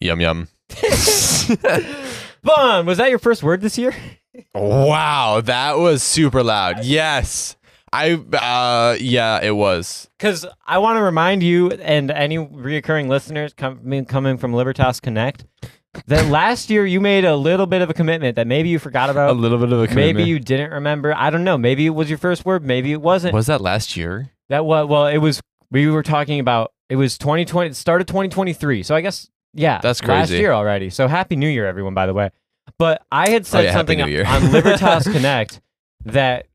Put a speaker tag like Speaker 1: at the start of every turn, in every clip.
Speaker 1: Yum yum.
Speaker 2: Vaughn, was that your first word this year?
Speaker 1: Wow, that was super loud. Yes. I uh yeah, it was.
Speaker 2: Because I want to remind you and any reoccurring listeners com- coming from Libertas Connect that last year you made a little bit of a commitment that maybe you forgot
Speaker 1: A
Speaker 2: about.
Speaker 1: little bit of a commitment.
Speaker 2: Uh, Maybe you didn't remember. I don't know. Maybe it was your first word. Maybe it wasn't.
Speaker 1: was that last year?
Speaker 2: That was well. It was. We were talking about. It was 2020. Start of 2023. So I guess yeah.
Speaker 1: That's
Speaker 2: Last
Speaker 1: crazy.
Speaker 2: year already. So happy New Year, everyone. By the way, but I had said
Speaker 1: yeah, happy
Speaker 2: something
Speaker 1: New Year.
Speaker 2: on Libertas Connect that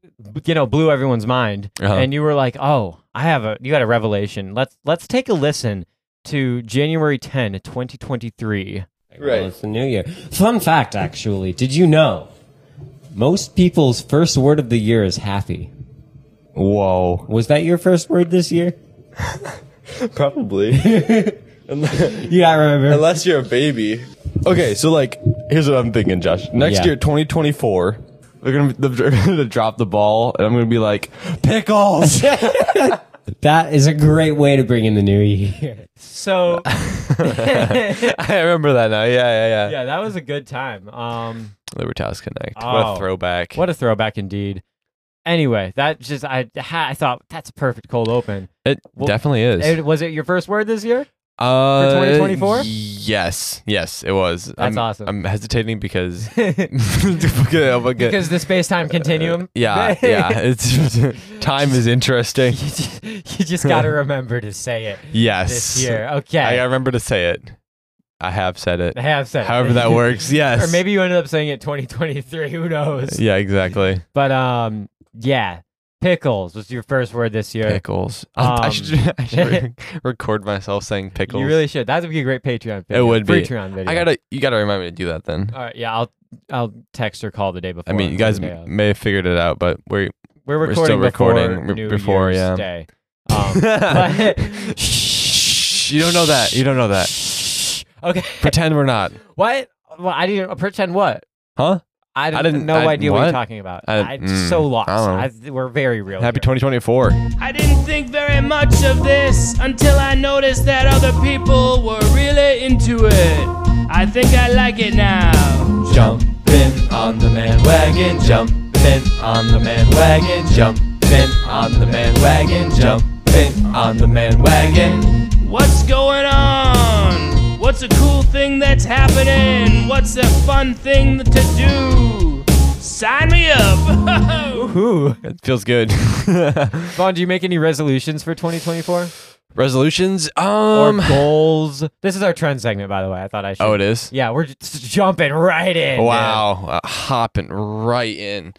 Speaker 2: you know blew everyone's mind,
Speaker 1: Uh-huh.
Speaker 2: and you were like, "Oh, I have a. You got a revelation. Let's let's take a listen to January 10, 2023."
Speaker 3: Right. it's the new year. Fun fact, actually. Did you know most people's first word of the year is happy?
Speaker 1: Whoa.
Speaker 3: Was that your first word this year?
Speaker 4: Probably.
Speaker 3: Yeah, I remember.
Speaker 4: Unless you're a baby. Okay, so like, here's what I'm thinking, Josh. Next
Speaker 3: Yeah.
Speaker 4: year, 2024, they're gonna, be, they're gonna drop the ball, and I'm gonna be like, pickles!
Speaker 3: That is a great way to bring in the new year.
Speaker 2: So
Speaker 1: I remember that now. Yeah, yeah, yeah.
Speaker 2: yeah, that was a good time. Um,
Speaker 1: Libertas Connect.
Speaker 2: Oh.
Speaker 1: What a throwback.
Speaker 2: What a throwback indeed. Anyway, that just I ha- I thought that's a perfect cold open.
Speaker 1: it
Speaker 2: Well,
Speaker 1: definitely is.
Speaker 2: Eh, was it your first word this year?
Speaker 1: Uh,
Speaker 2: 2024?
Speaker 1: Yes, yes, it was. That's I'm,
Speaker 2: awesome.
Speaker 1: I'm hesitating because
Speaker 2: because
Speaker 1: Okay, I'm okay.
Speaker 2: the space time continuum.
Speaker 1: yeah, yeah. It's time is interesting.
Speaker 2: you just, you just got to remember to say it
Speaker 1: Yes,
Speaker 2: this year.
Speaker 1: I
Speaker 2: Okay,
Speaker 1: remember to say it. I have said it.
Speaker 2: I have said. it.
Speaker 1: However that works. Yes.
Speaker 2: or maybe you ended up saying it 2023. Who knows?
Speaker 1: Yeah, exactly.
Speaker 2: But um, yeah, pickles was your first word this year.
Speaker 1: Pickles. I'll- I
Speaker 2: Um,
Speaker 1: should, I should re- record myself saying pickles.
Speaker 2: You really should. That would be a great Patreon. Video.
Speaker 1: would be.
Speaker 2: Patreon video.
Speaker 1: I gotta. You gotta remind me to do that then.
Speaker 2: All right. Yeah, I'll I'll text or call the day before.
Speaker 1: I mean, you
Speaker 2: or the
Speaker 1: guys
Speaker 2: day of.
Speaker 1: m- may have figured it out, but we're
Speaker 2: we're
Speaker 1: We're
Speaker 2: recording
Speaker 1: still recording
Speaker 2: before,
Speaker 1: re-
Speaker 2: New
Speaker 1: before,
Speaker 2: Year's
Speaker 1: yeah.
Speaker 2: Day. Um, but-
Speaker 1: Shh, you don't know that. You don't know that.
Speaker 2: okay.
Speaker 1: Pretend we're not.
Speaker 2: What? Well, I didn't pretend what?
Speaker 1: Huh?
Speaker 2: I didn't,
Speaker 1: I didn't-
Speaker 2: no
Speaker 1: I-
Speaker 2: idea what?
Speaker 1: what?
Speaker 2: you're talking about.
Speaker 1: I-
Speaker 2: I, am
Speaker 1: mm,
Speaker 2: so lost.
Speaker 1: I
Speaker 2: I we're very real.
Speaker 1: Happy
Speaker 2: here.
Speaker 1: 2024.
Speaker 5: I didn't think very much of this until I noticed that other people were really into it. I think I like it now.
Speaker 1: Jumping on the man wagon, jumping on the man wagon, jumping on the man wagon, jumping on the man wagon.
Speaker 5: What's going on? What's a cool thing that's happening? What's a fun thing to do? Sign me up!
Speaker 2: Who?
Speaker 1: It feels good.
Speaker 2: Vaughn, do you make any resolutions for 2024
Speaker 1: Resolutions.
Speaker 2: or
Speaker 1: Um.
Speaker 2: goals? This is our trend segment, by the way. I thought I should.
Speaker 1: Oh, it is.
Speaker 2: Yeah, we're just jumping right in. man.
Speaker 1: Wow, uh, hopping right in.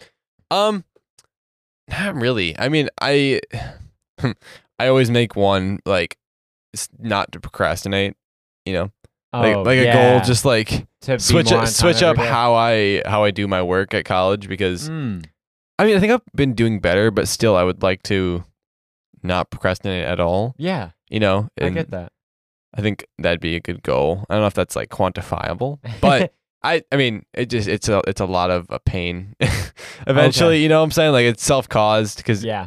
Speaker 1: Um, not really. I mean, I I always make one like it's not to procrastinate. You know, like
Speaker 2: Oh,
Speaker 1: like a
Speaker 2: yeah.
Speaker 1: goal, just like
Speaker 2: to be
Speaker 1: switch
Speaker 2: more on time
Speaker 1: switch
Speaker 2: every
Speaker 1: up
Speaker 2: day.
Speaker 1: how I how I do my work at college because
Speaker 2: Mm.
Speaker 1: I mean I think I've been doing better, but still I would like to not procrastinate at all.
Speaker 2: Yeah,
Speaker 1: You know,
Speaker 2: I
Speaker 1: and
Speaker 2: get that.
Speaker 1: I think that'd be a good goal. I don't know if that's like quantifiable, but I I mean it just it's a it's a lot of a pain. Eventually, you know what I'm saying? Like it's self caused because
Speaker 2: yeah,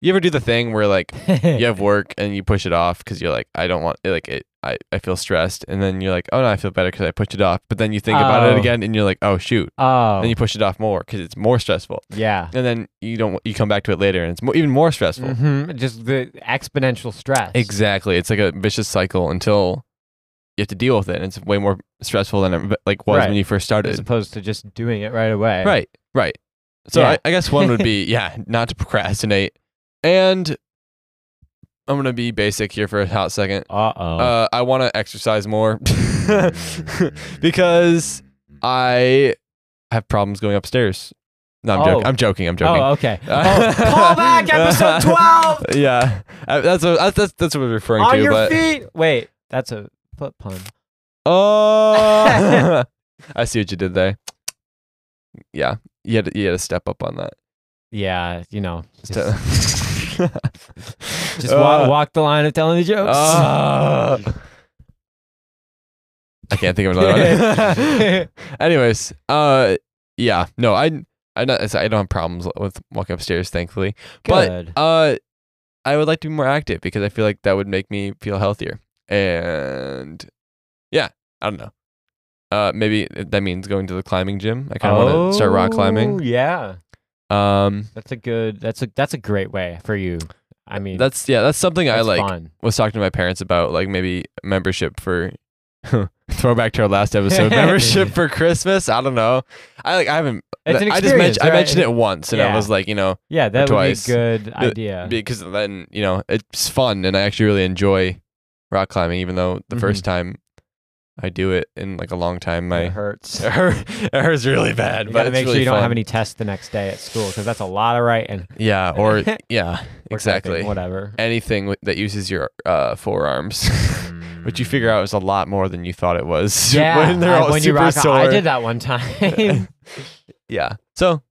Speaker 1: you ever do the thing where like you
Speaker 2: yeah,
Speaker 1: have work and you push it off because you're like I don't want like it I, I feel stressed and then you're like oh no I feel better because I pushed it off but then you think about it
Speaker 2: Oh.
Speaker 1: again and you're like oh shoot
Speaker 2: Oh,
Speaker 1: and you push it off more because it's more stressful
Speaker 2: yeah.
Speaker 1: and then you don't you come back to it later and it's mo- even more stressful.
Speaker 2: hmm Just the exponential stress.
Speaker 1: Exactly. It's like a vicious cycle until you have to deal with it. And it's way more stressful than it like was
Speaker 2: Right.
Speaker 1: when you first
Speaker 2: As
Speaker 1: started.
Speaker 2: opposed to just doing it right away.
Speaker 1: Right. Right. So
Speaker 2: Yeah.
Speaker 1: I, I guess one would be yeah, not to procrastinate. And I'm gonna be basic here for a hot second.
Speaker 2: Uh oh.
Speaker 1: Uh, I want to exercise more
Speaker 2: Mm.
Speaker 1: because I have problems going upstairs. No, I'm joking.
Speaker 2: Oh.
Speaker 1: I'm joking. I'm joking.
Speaker 2: Oh, okay.
Speaker 1: Uh,
Speaker 2: oh, call back episode 12
Speaker 1: yeah, I- that's what that's that's- that's what I was referring
Speaker 2: on
Speaker 1: to.
Speaker 2: your
Speaker 1: but,
Speaker 2: feet. Wait, that's a foot pun.
Speaker 1: Oh, I see what you did there. Yeah, you had to, you had to step up on that.
Speaker 2: Yeah, you know, just,
Speaker 1: Ste-
Speaker 2: just wa-
Speaker 1: Uh,
Speaker 2: walk the line of telling the jokes.
Speaker 1: uh, I can't think of another one. Anyways, uh, yeah, no, I I not, I don't have problems with walking upstairs, thankfully.
Speaker 2: Good.
Speaker 1: But uh, I would like to be more active because I feel like that would make me feel healthier. And yeah, I don't know. Uh, maybe that means going to the climbing gym. I kind of want to start rock climbing.
Speaker 2: Oh, Yeah, Oh.
Speaker 1: Um,
Speaker 2: that's a good. That's a that's a great way for you. I mean,
Speaker 1: that's yeah, that's something I
Speaker 2: that's
Speaker 1: like.
Speaker 2: Fun.
Speaker 1: Was talking to my parents about like maybe membership for throwback to our last episode membership for Christmas. I don't know. I like I haven't.
Speaker 2: It's an
Speaker 1: I just mentioned
Speaker 2: experience,
Speaker 1: I
Speaker 2: right?
Speaker 1: mentioned it once, and I
Speaker 2: Yeah.
Speaker 1: was like, you know,
Speaker 2: Yeah, that
Speaker 1: twice.
Speaker 2: would be a good
Speaker 1: But-
Speaker 2: idea.
Speaker 1: because then you know it's fun, and I actually really enjoy rock climbing, even though the
Speaker 2: Mhm.
Speaker 1: first time I do it in like a long time, my
Speaker 2: it hurts.
Speaker 1: It hurt- it hurts really bad,
Speaker 2: You
Speaker 1: but
Speaker 2: gotta
Speaker 1: it's
Speaker 2: make sure
Speaker 1: really
Speaker 2: you don't
Speaker 1: fun.
Speaker 2: have any tests the next day at school because that's a lot of writing. or
Speaker 1: Yeah, or yeah,
Speaker 2: typing,
Speaker 1: exactly.
Speaker 2: Whatever.
Speaker 1: Anything wi- that uses your uh, forearms, which you figure out is a lot more than you thought it was.
Speaker 2: Mm. Yeah,
Speaker 1: when they're
Speaker 2: I-
Speaker 1: all
Speaker 2: when you
Speaker 1: super
Speaker 2: rock,
Speaker 1: sore.
Speaker 2: I did that one time.
Speaker 1: Yeah, so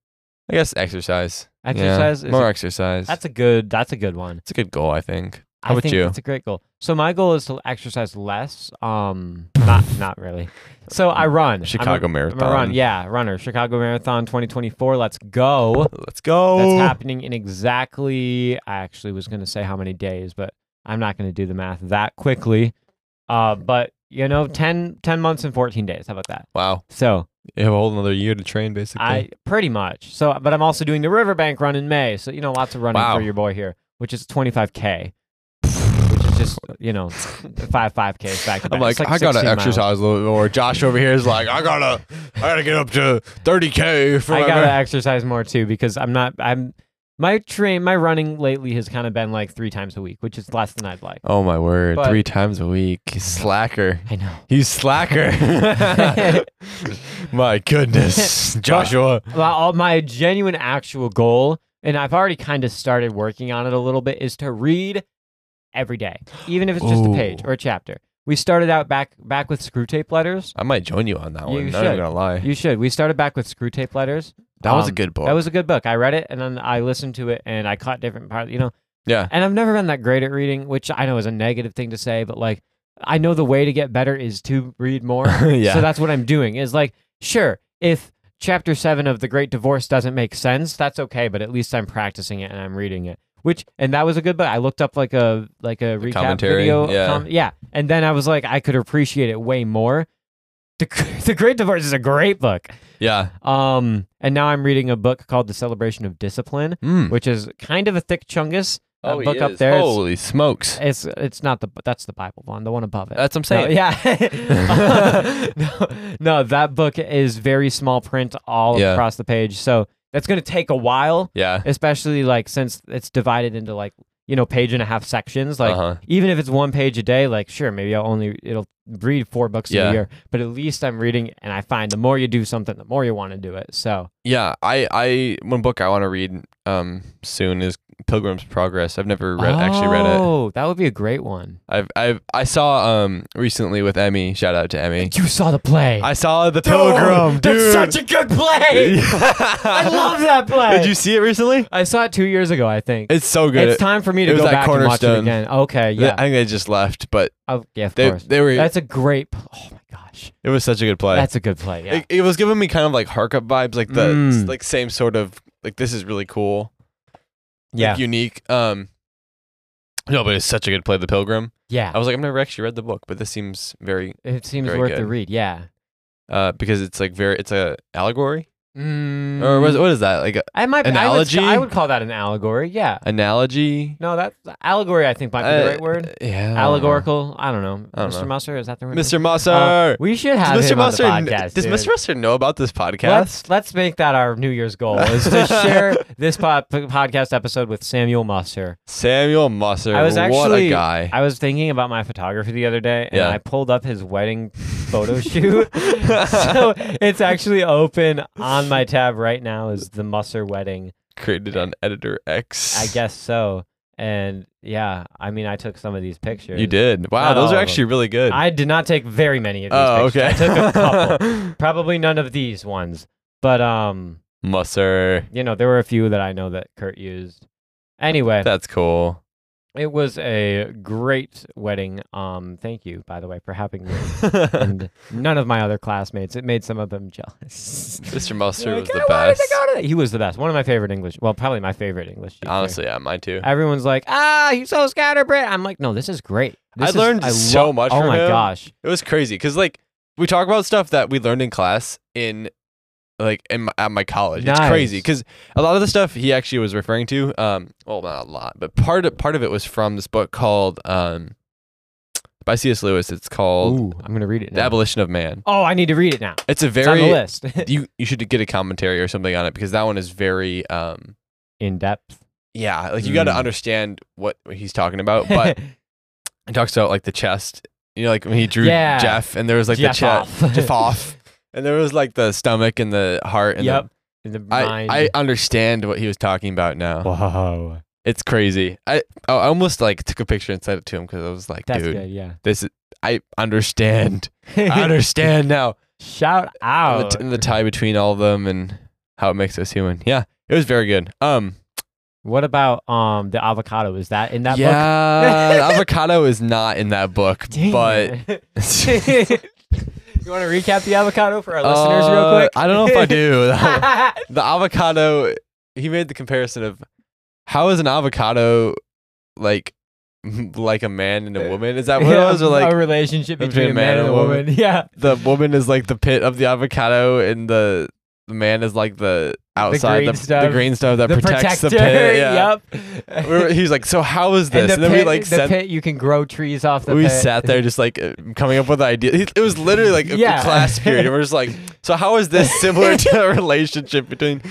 Speaker 1: I guess exercise. Yeah,
Speaker 2: Exercise is
Speaker 1: more
Speaker 2: a-
Speaker 1: exercise.
Speaker 2: that's a good. That's a good one.
Speaker 1: it's a good goal, I think. How
Speaker 2: I
Speaker 1: about
Speaker 2: think
Speaker 1: you?
Speaker 2: That's a great goal. So my goal is to exercise less. Um, not not really. So I run. I'm a-
Speaker 1: Chicago
Speaker 2: I'm
Speaker 1: Marathon.
Speaker 2: a run. Yeah, runner. Chicago Marathon 2024. Let's go.
Speaker 1: Let's go.
Speaker 2: That's happening in exactly. I actually was going to say how many days, but I'm not going to do the math that quickly. Uh, but you know, 10, 10 months and 14 days. How about that?
Speaker 1: Wow,
Speaker 2: So
Speaker 1: you have a whole another year to train, basically.
Speaker 2: I pretty much. So, but I'm also doing the Riverbank run in May. So, you know, lots of running
Speaker 1: Wow.
Speaker 2: for your boy here, which is 25K, which is just, you know, five 5Ks back to back.
Speaker 1: I'm like,
Speaker 2: It's
Speaker 1: I gotta
Speaker 2: 16 miles.
Speaker 1: exercise a little bit more. Josh over here is like, I gotta, I gotta get up to 30k for
Speaker 2: I
Speaker 1: my
Speaker 2: gotta
Speaker 1: mar-
Speaker 2: exercise more too because I'm not, I'm, my train, my running lately has kind of been like three times a week, which is less than I'd like.
Speaker 1: Oh my word!
Speaker 2: But-
Speaker 1: Three times a week, slacker.
Speaker 2: I know.
Speaker 1: He's slacker. my goodness, Joshua.
Speaker 2: my, all- my genuine actual goal and i've already kind of started working on it a little bit is to read every day even if it's just a page
Speaker 1: Ooh.
Speaker 2: or a chapter we started out back back with screw tape letters
Speaker 1: I might join you on that
Speaker 2: You
Speaker 1: one. Not
Speaker 2: should.
Speaker 1: even gonna lie.
Speaker 2: you should we started back with screw tape letters
Speaker 1: that was a
Speaker 2: um,
Speaker 1: good book.
Speaker 2: that was a good book i read it and then i listened to it and i caught different parts you know
Speaker 1: yeah.
Speaker 2: and i've never been that great at reading which i know is a negative thing to say but like i know the way to get better is to read more
Speaker 1: Yeah.
Speaker 2: so that's what i'm doing is like sure if chapter 7 of the great divorce doesn't make sense that's okay but at least i'm practicing it and i'm reading it which and that was a good book i looked up like a like a recap
Speaker 1: commentary,
Speaker 2: video
Speaker 1: yeah.
Speaker 2: yeah and then i was like i could appreciate it way more the, the great divorce is a great book
Speaker 1: Yeah.
Speaker 2: um and now i'm reading a book called the celebration of discipline
Speaker 1: Mm.
Speaker 2: which is kind of a thick chungus that
Speaker 1: Oh, he
Speaker 2: book up
Speaker 1: is.
Speaker 2: there it's-
Speaker 1: Holy smokes.
Speaker 2: it's it's not the that's the Bible one, the one above it.
Speaker 1: That's what I'm saying.
Speaker 2: No, yeah. no, no, that book is very small print all
Speaker 1: Yeah.
Speaker 2: across the page. So that's going to take a while,
Speaker 1: yeah.
Speaker 2: especially like since it's divided into like, you know, page and a half sections. Like
Speaker 1: uh-huh.
Speaker 2: even if it's one page a day, like sure, maybe I'll only it'll read four books
Speaker 1: Yeah.
Speaker 2: a year, but at least I'm reading and I find the more you do something, the more you want to do it. So,
Speaker 1: Yeah. I I one book I want to read um soon is Pilgrim's Progress. I've never read actually read it.
Speaker 2: Oh, that would be a great one.
Speaker 1: I've I've I saw um recently with Emmy. Shout out to Emmy.
Speaker 2: You saw the play.
Speaker 1: I saw the Pilgrim. dude.
Speaker 2: That's such a good play. I love that play.
Speaker 1: Did you see it recently?
Speaker 2: I saw it two years ago, I think.
Speaker 1: It's so good.
Speaker 2: It's time for me
Speaker 1: it
Speaker 2: to
Speaker 1: was
Speaker 2: go
Speaker 1: at
Speaker 2: back and watch it
Speaker 1: Cornerstone.
Speaker 2: again. Okay,
Speaker 1: They-
Speaker 2: yeah.
Speaker 1: I think they just left, but
Speaker 2: oh, yeah, of
Speaker 1: they
Speaker 2: course.
Speaker 1: they were.
Speaker 2: That's a great. pl- Oh my gosh,
Speaker 1: it was such a good play.
Speaker 2: that's a good play. Yeah.
Speaker 1: It, it was giving me kind of like Harkup vibes, like the
Speaker 2: Mm.
Speaker 1: like same sort of like this is really cool, like,
Speaker 2: yeah,
Speaker 1: unique. Um, no, but it's such a good play, The Pilgrim. I
Speaker 2: yeah.
Speaker 1: was like, I've never actually read the book, but this seems very
Speaker 2: It seems
Speaker 1: very
Speaker 2: worth
Speaker 1: good.
Speaker 2: the read. Yeah.
Speaker 1: uh because it's like very it's a allegory
Speaker 2: Mm,
Speaker 1: or what, what is that like a
Speaker 2: I might
Speaker 1: analogy?
Speaker 2: I would, I would call that an allegory. Yeah.
Speaker 1: analogy?
Speaker 2: No, that allegory I think might be the
Speaker 1: Uh,
Speaker 2: right word.
Speaker 1: Yeah, I don't know.
Speaker 2: Allegorical. I don't know.
Speaker 1: I don't
Speaker 2: Mr.
Speaker 1: know.
Speaker 2: Musser is that the right
Speaker 1: Mr. Musser.
Speaker 2: Uh, We should have
Speaker 1: does Mr.
Speaker 2: him on the
Speaker 1: Musser kn-
Speaker 2: podcast.
Speaker 1: does
Speaker 2: dude.
Speaker 1: Mr. Musser know about this podcast?
Speaker 2: Let's let's make that our New Year's goal is to share this pod- podcast episode with Samuel Musser.
Speaker 1: Samuel Musser.
Speaker 2: I was
Speaker 1: what a
Speaker 2: actually-
Speaker 1: guy.
Speaker 2: I was thinking about my photography the other day, and
Speaker 1: Yeah.
Speaker 2: I pulled up his wedding photo shoot. so it's actually open on my tab right now. Is the Musser wedding?
Speaker 1: created on Editor X.
Speaker 2: I guess so. And yeah, I mean, I took some of these pictures.
Speaker 1: You did. Wow,
Speaker 2: Not
Speaker 1: those
Speaker 2: all
Speaker 1: are
Speaker 2: of
Speaker 1: actually really good.
Speaker 2: I did not take very many of these
Speaker 1: oh, okay.
Speaker 2: pictures. I took a couple. Probably none of these ones, but um,
Speaker 1: Musser.
Speaker 2: you know, there were a few that I know that Kurt used. Anyway,
Speaker 1: That's cool.
Speaker 2: It was a great wedding. Um, thank you, by the way, for having me. and none of my other classmates. It made some of them jealous.
Speaker 1: Mr. Musser
Speaker 2: They're
Speaker 1: was
Speaker 2: like,
Speaker 1: the
Speaker 2: "I wanted to
Speaker 1: best.
Speaker 2: go to that." He was the best. One of my favorite English. Well, probably my favorite English. teacher.
Speaker 1: Honestly, yeah, mine too.
Speaker 2: everyone's like, "Ah, he's so scatterbrained." I'm like, "No, this is great.
Speaker 1: I
Speaker 2: This is-
Speaker 1: learned so much
Speaker 2: Oh
Speaker 1: from
Speaker 2: my
Speaker 1: him.
Speaker 2: gosh!
Speaker 1: It was crazy because like we talk about stuff that we learned in class in like in my, at my college. It's
Speaker 2: Nice.
Speaker 1: crazy because a lot of the stuff he actually was referring to, um, well, not a lot, but part of, part of it was from this book called um, by C.S. Lewis. It's called
Speaker 2: Ooh, I'm gonna read it.
Speaker 1: The
Speaker 2: Now.
Speaker 1: Abolition of Man.
Speaker 2: Oh, I need to read it now.
Speaker 1: It's a
Speaker 2: It's on the
Speaker 1: very
Speaker 2: list.
Speaker 1: you you should get a commentary or something on it because that one is very um
Speaker 2: In depth.
Speaker 1: yeah like you got to
Speaker 3: Mm.
Speaker 1: understand what he's talking about but it talks about like the chest you know like when he drew
Speaker 2: Yeah.
Speaker 1: Jeff and there was like the chest
Speaker 2: Jaff.
Speaker 1: Jeff off. And there was like the stomach and the heart and
Speaker 2: Yep.
Speaker 1: the,
Speaker 2: In the mind.
Speaker 1: I, I understand what he was talking about now.
Speaker 2: Whoa.
Speaker 1: It's crazy. I oh, I almost like took a picture and sent it to him because I was like,
Speaker 2: That's
Speaker 1: dude,
Speaker 2: good. Yeah.
Speaker 1: this is, I understand. I understand now.
Speaker 2: Shout
Speaker 1: And
Speaker 2: out.
Speaker 1: the, and the tie between all of them and how it makes us human. Yeah, it was very good. Um,
Speaker 2: what about um the avocado? Is that in that book?
Speaker 1: yeah, the avocado is not in that book,
Speaker 2: Dang
Speaker 1: but
Speaker 2: it. you want to recap the avocado for our listeners real
Speaker 1: Uh,
Speaker 2: quick?
Speaker 1: I don't know if I do. the avocado he made the comparison of how is an avocado like like a man
Speaker 2: Eh.
Speaker 1: and a woman is that Uh, what it was or
Speaker 2: a
Speaker 1: like
Speaker 2: relationship between a man and a woman.
Speaker 1: woman.
Speaker 2: Yeah,
Speaker 1: the woman is like the pit of the avocado and the the man is like the outside
Speaker 2: green
Speaker 1: the
Speaker 2: stuff.
Speaker 1: green stuff that
Speaker 2: the
Speaker 1: protects
Speaker 2: protector.
Speaker 1: the pit yeah
Speaker 2: Yep.
Speaker 1: We were- he was like so how is
Speaker 2: and
Speaker 1: this
Speaker 2: the
Speaker 1: and, then
Speaker 2: pit,
Speaker 1: we like
Speaker 2: the
Speaker 1: sat,
Speaker 2: pit, you can grow trees off the
Speaker 1: we
Speaker 2: pit.
Speaker 1: sat there just like uh, coming up with ideas it was literally like a
Speaker 2: Yeah.
Speaker 1: class period and we're just like so how is this similar to a relationship between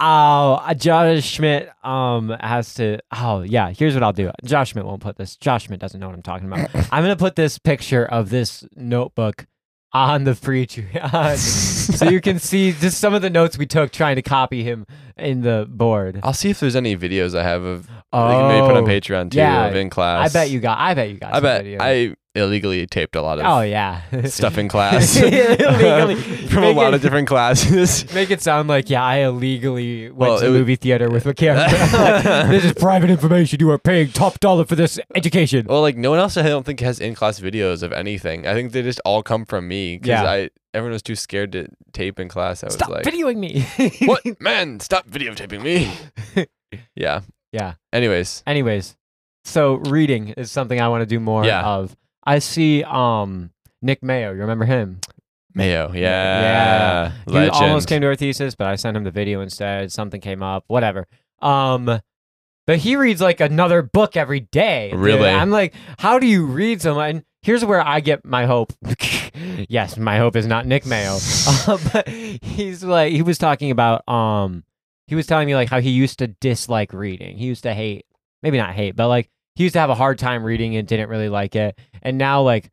Speaker 2: Oh, uh, Josh Schmidt um has to. Oh yeah, here's what I'll do. Josh Schmidt won't put this. Josh Schmidt doesn't know what I'm talking about. I'm gonna put this picture of this notebook on the free Patreon so you can see just some of the notes we took trying to copy him in the board.
Speaker 1: I'll see if there's any videos I have of that you may put on
Speaker 2: Oh,
Speaker 1: Patreon too
Speaker 2: yeah.
Speaker 1: of in
Speaker 2: Oh, I
Speaker 1: class.
Speaker 2: bet you got. I bet you got.
Speaker 1: I
Speaker 2: some
Speaker 1: bet
Speaker 2: video.
Speaker 1: I illegally taped a lot of
Speaker 2: Oh yeah.
Speaker 1: stuff in class
Speaker 2: Illegally.
Speaker 1: from a
Speaker 2: Make
Speaker 1: lot
Speaker 2: it-
Speaker 1: of different classes.
Speaker 2: Make it sound like yeah, I illegally went
Speaker 1: Well,
Speaker 2: to
Speaker 1: it
Speaker 2: the
Speaker 1: would-
Speaker 2: movie theater with a camera. Like, this is private information. You are paying top dollar for this education.
Speaker 1: Well, like no one else Oh, I don't think has in class videos of anything. I think they just all come from me because
Speaker 2: Yeah.
Speaker 1: I everyone was too scared to tape in class. I was
Speaker 2: Stop
Speaker 1: like,
Speaker 2: videoing me.
Speaker 1: "What man? Stop videotaping me!" yeah.
Speaker 2: Yeah.
Speaker 1: Anyways,
Speaker 2: Anyways, so reading is something I want to do more
Speaker 1: Yeah.
Speaker 2: of. I see um Nick Mayo. You remember him?
Speaker 1: Mayo. Yeah.
Speaker 2: Yeah.
Speaker 1: Legend.
Speaker 2: He almost came to our thesis, but I sent him the video instead. Something came up. Whatever. Um. But he reads like another book every day. dude.
Speaker 1: Really?
Speaker 2: I'm like, how do you read so much? And here's where I get my hope. yes, my hope is not Nick Mayo. Uh, but he's like, he was talking about, um, he was telling me like how he used to dislike reading. He used to hate, maybe not hate, but like he used to have a hard time reading and didn't really like it. And now like,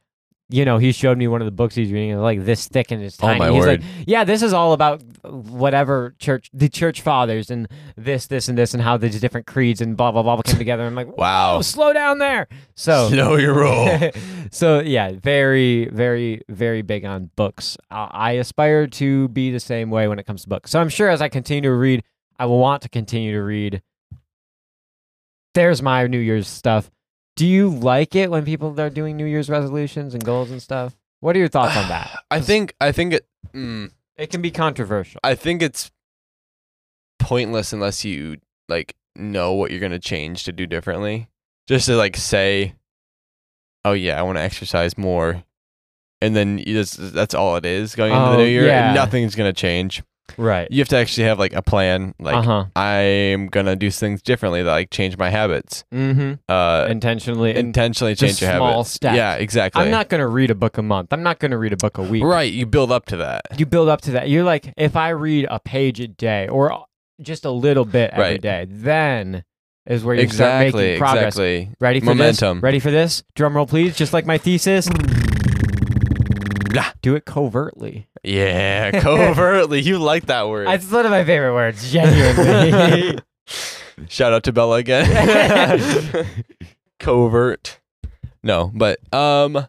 Speaker 2: you know, he showed me one of the books he's reading, and like this thick and it's
Speaker 1: Oh,
Speaker 2: tiny.
Speaker 1: my
Speaker 2: he's
Speaker 1: word.
Speaker 2: like, yeah, this is all about whatever church, the church fathers, and this, this, and this, and how these different creeds and blah blah blah came together. I'm like,
Speaker 1: Wow.
Speaker 2: oh, slow down there. So
Speaker 1: Know your role.
Speaker 2: so yeah, very, very, very big on books. Uh, I aspire to be the same way when it comes to books. So I'm sure as I continue to read, I will want to continue to read. There's my New Year's stuff. Do you like it when people are doing New Year's resolutions and goals and stuff? What are your thoughts on that?
Speaker 1: I think. I think it. Mm,
Speaker 2: It can be controversial.
Speaker 1: I think it's pointless unless you like know what you're gonna change to do differently. Just to like say, oh yeah, I want to exercise more, and then you just, that's all it is going into
Speaker 2: Oh,
Speaker 1: the new year.
Speaker 2: yeah.
Speaker 1: And nothing's gonna change.
Speaker 2: Right.
Speaker 1: You have to actually have like a plan. Like
Speaker 2: uh huh.
Speaker 1: I'm gonna do things differently. That, like change my habits.
Speaker 2: Mm-hmm.
Speaker 1: Uh,
Speaker 2: Intentionally. and
Speaker 1: intentionally change
Speaker 2: just
Speaker 1: your
Speaker 2: small
Speaker 1: habits.
Speaker 2: steps.
Speaker 1: Yeah, exactly.
Speaker 2: I'm not going to read a book a month. I'm not going to read a book a week.
Speaker 1: right. You build up to that.
Speaker 2: you build up to that. You're like, if I read a page a day or just a little bit every
Speaker 1: Right.
Speaker 2: day, then is where you start
Speaker 1: exactly.
Speaker 2: making progress.
Speaker 1: Exactly.
Speaker 2: Ready for
Speaker 1: Momentum.
Speaker 2: this? Ready for this? Drum roll, please. Just like my thesis.
Speaker 1: Blah.
Speaker 2: Do it covertly.
Speaker 1: Yeah, covertly. you like that word.
Speaker 2: It's one of my favorite words, genuinely.
Speaker 1: Shout out to Bella again. Covert. No, but um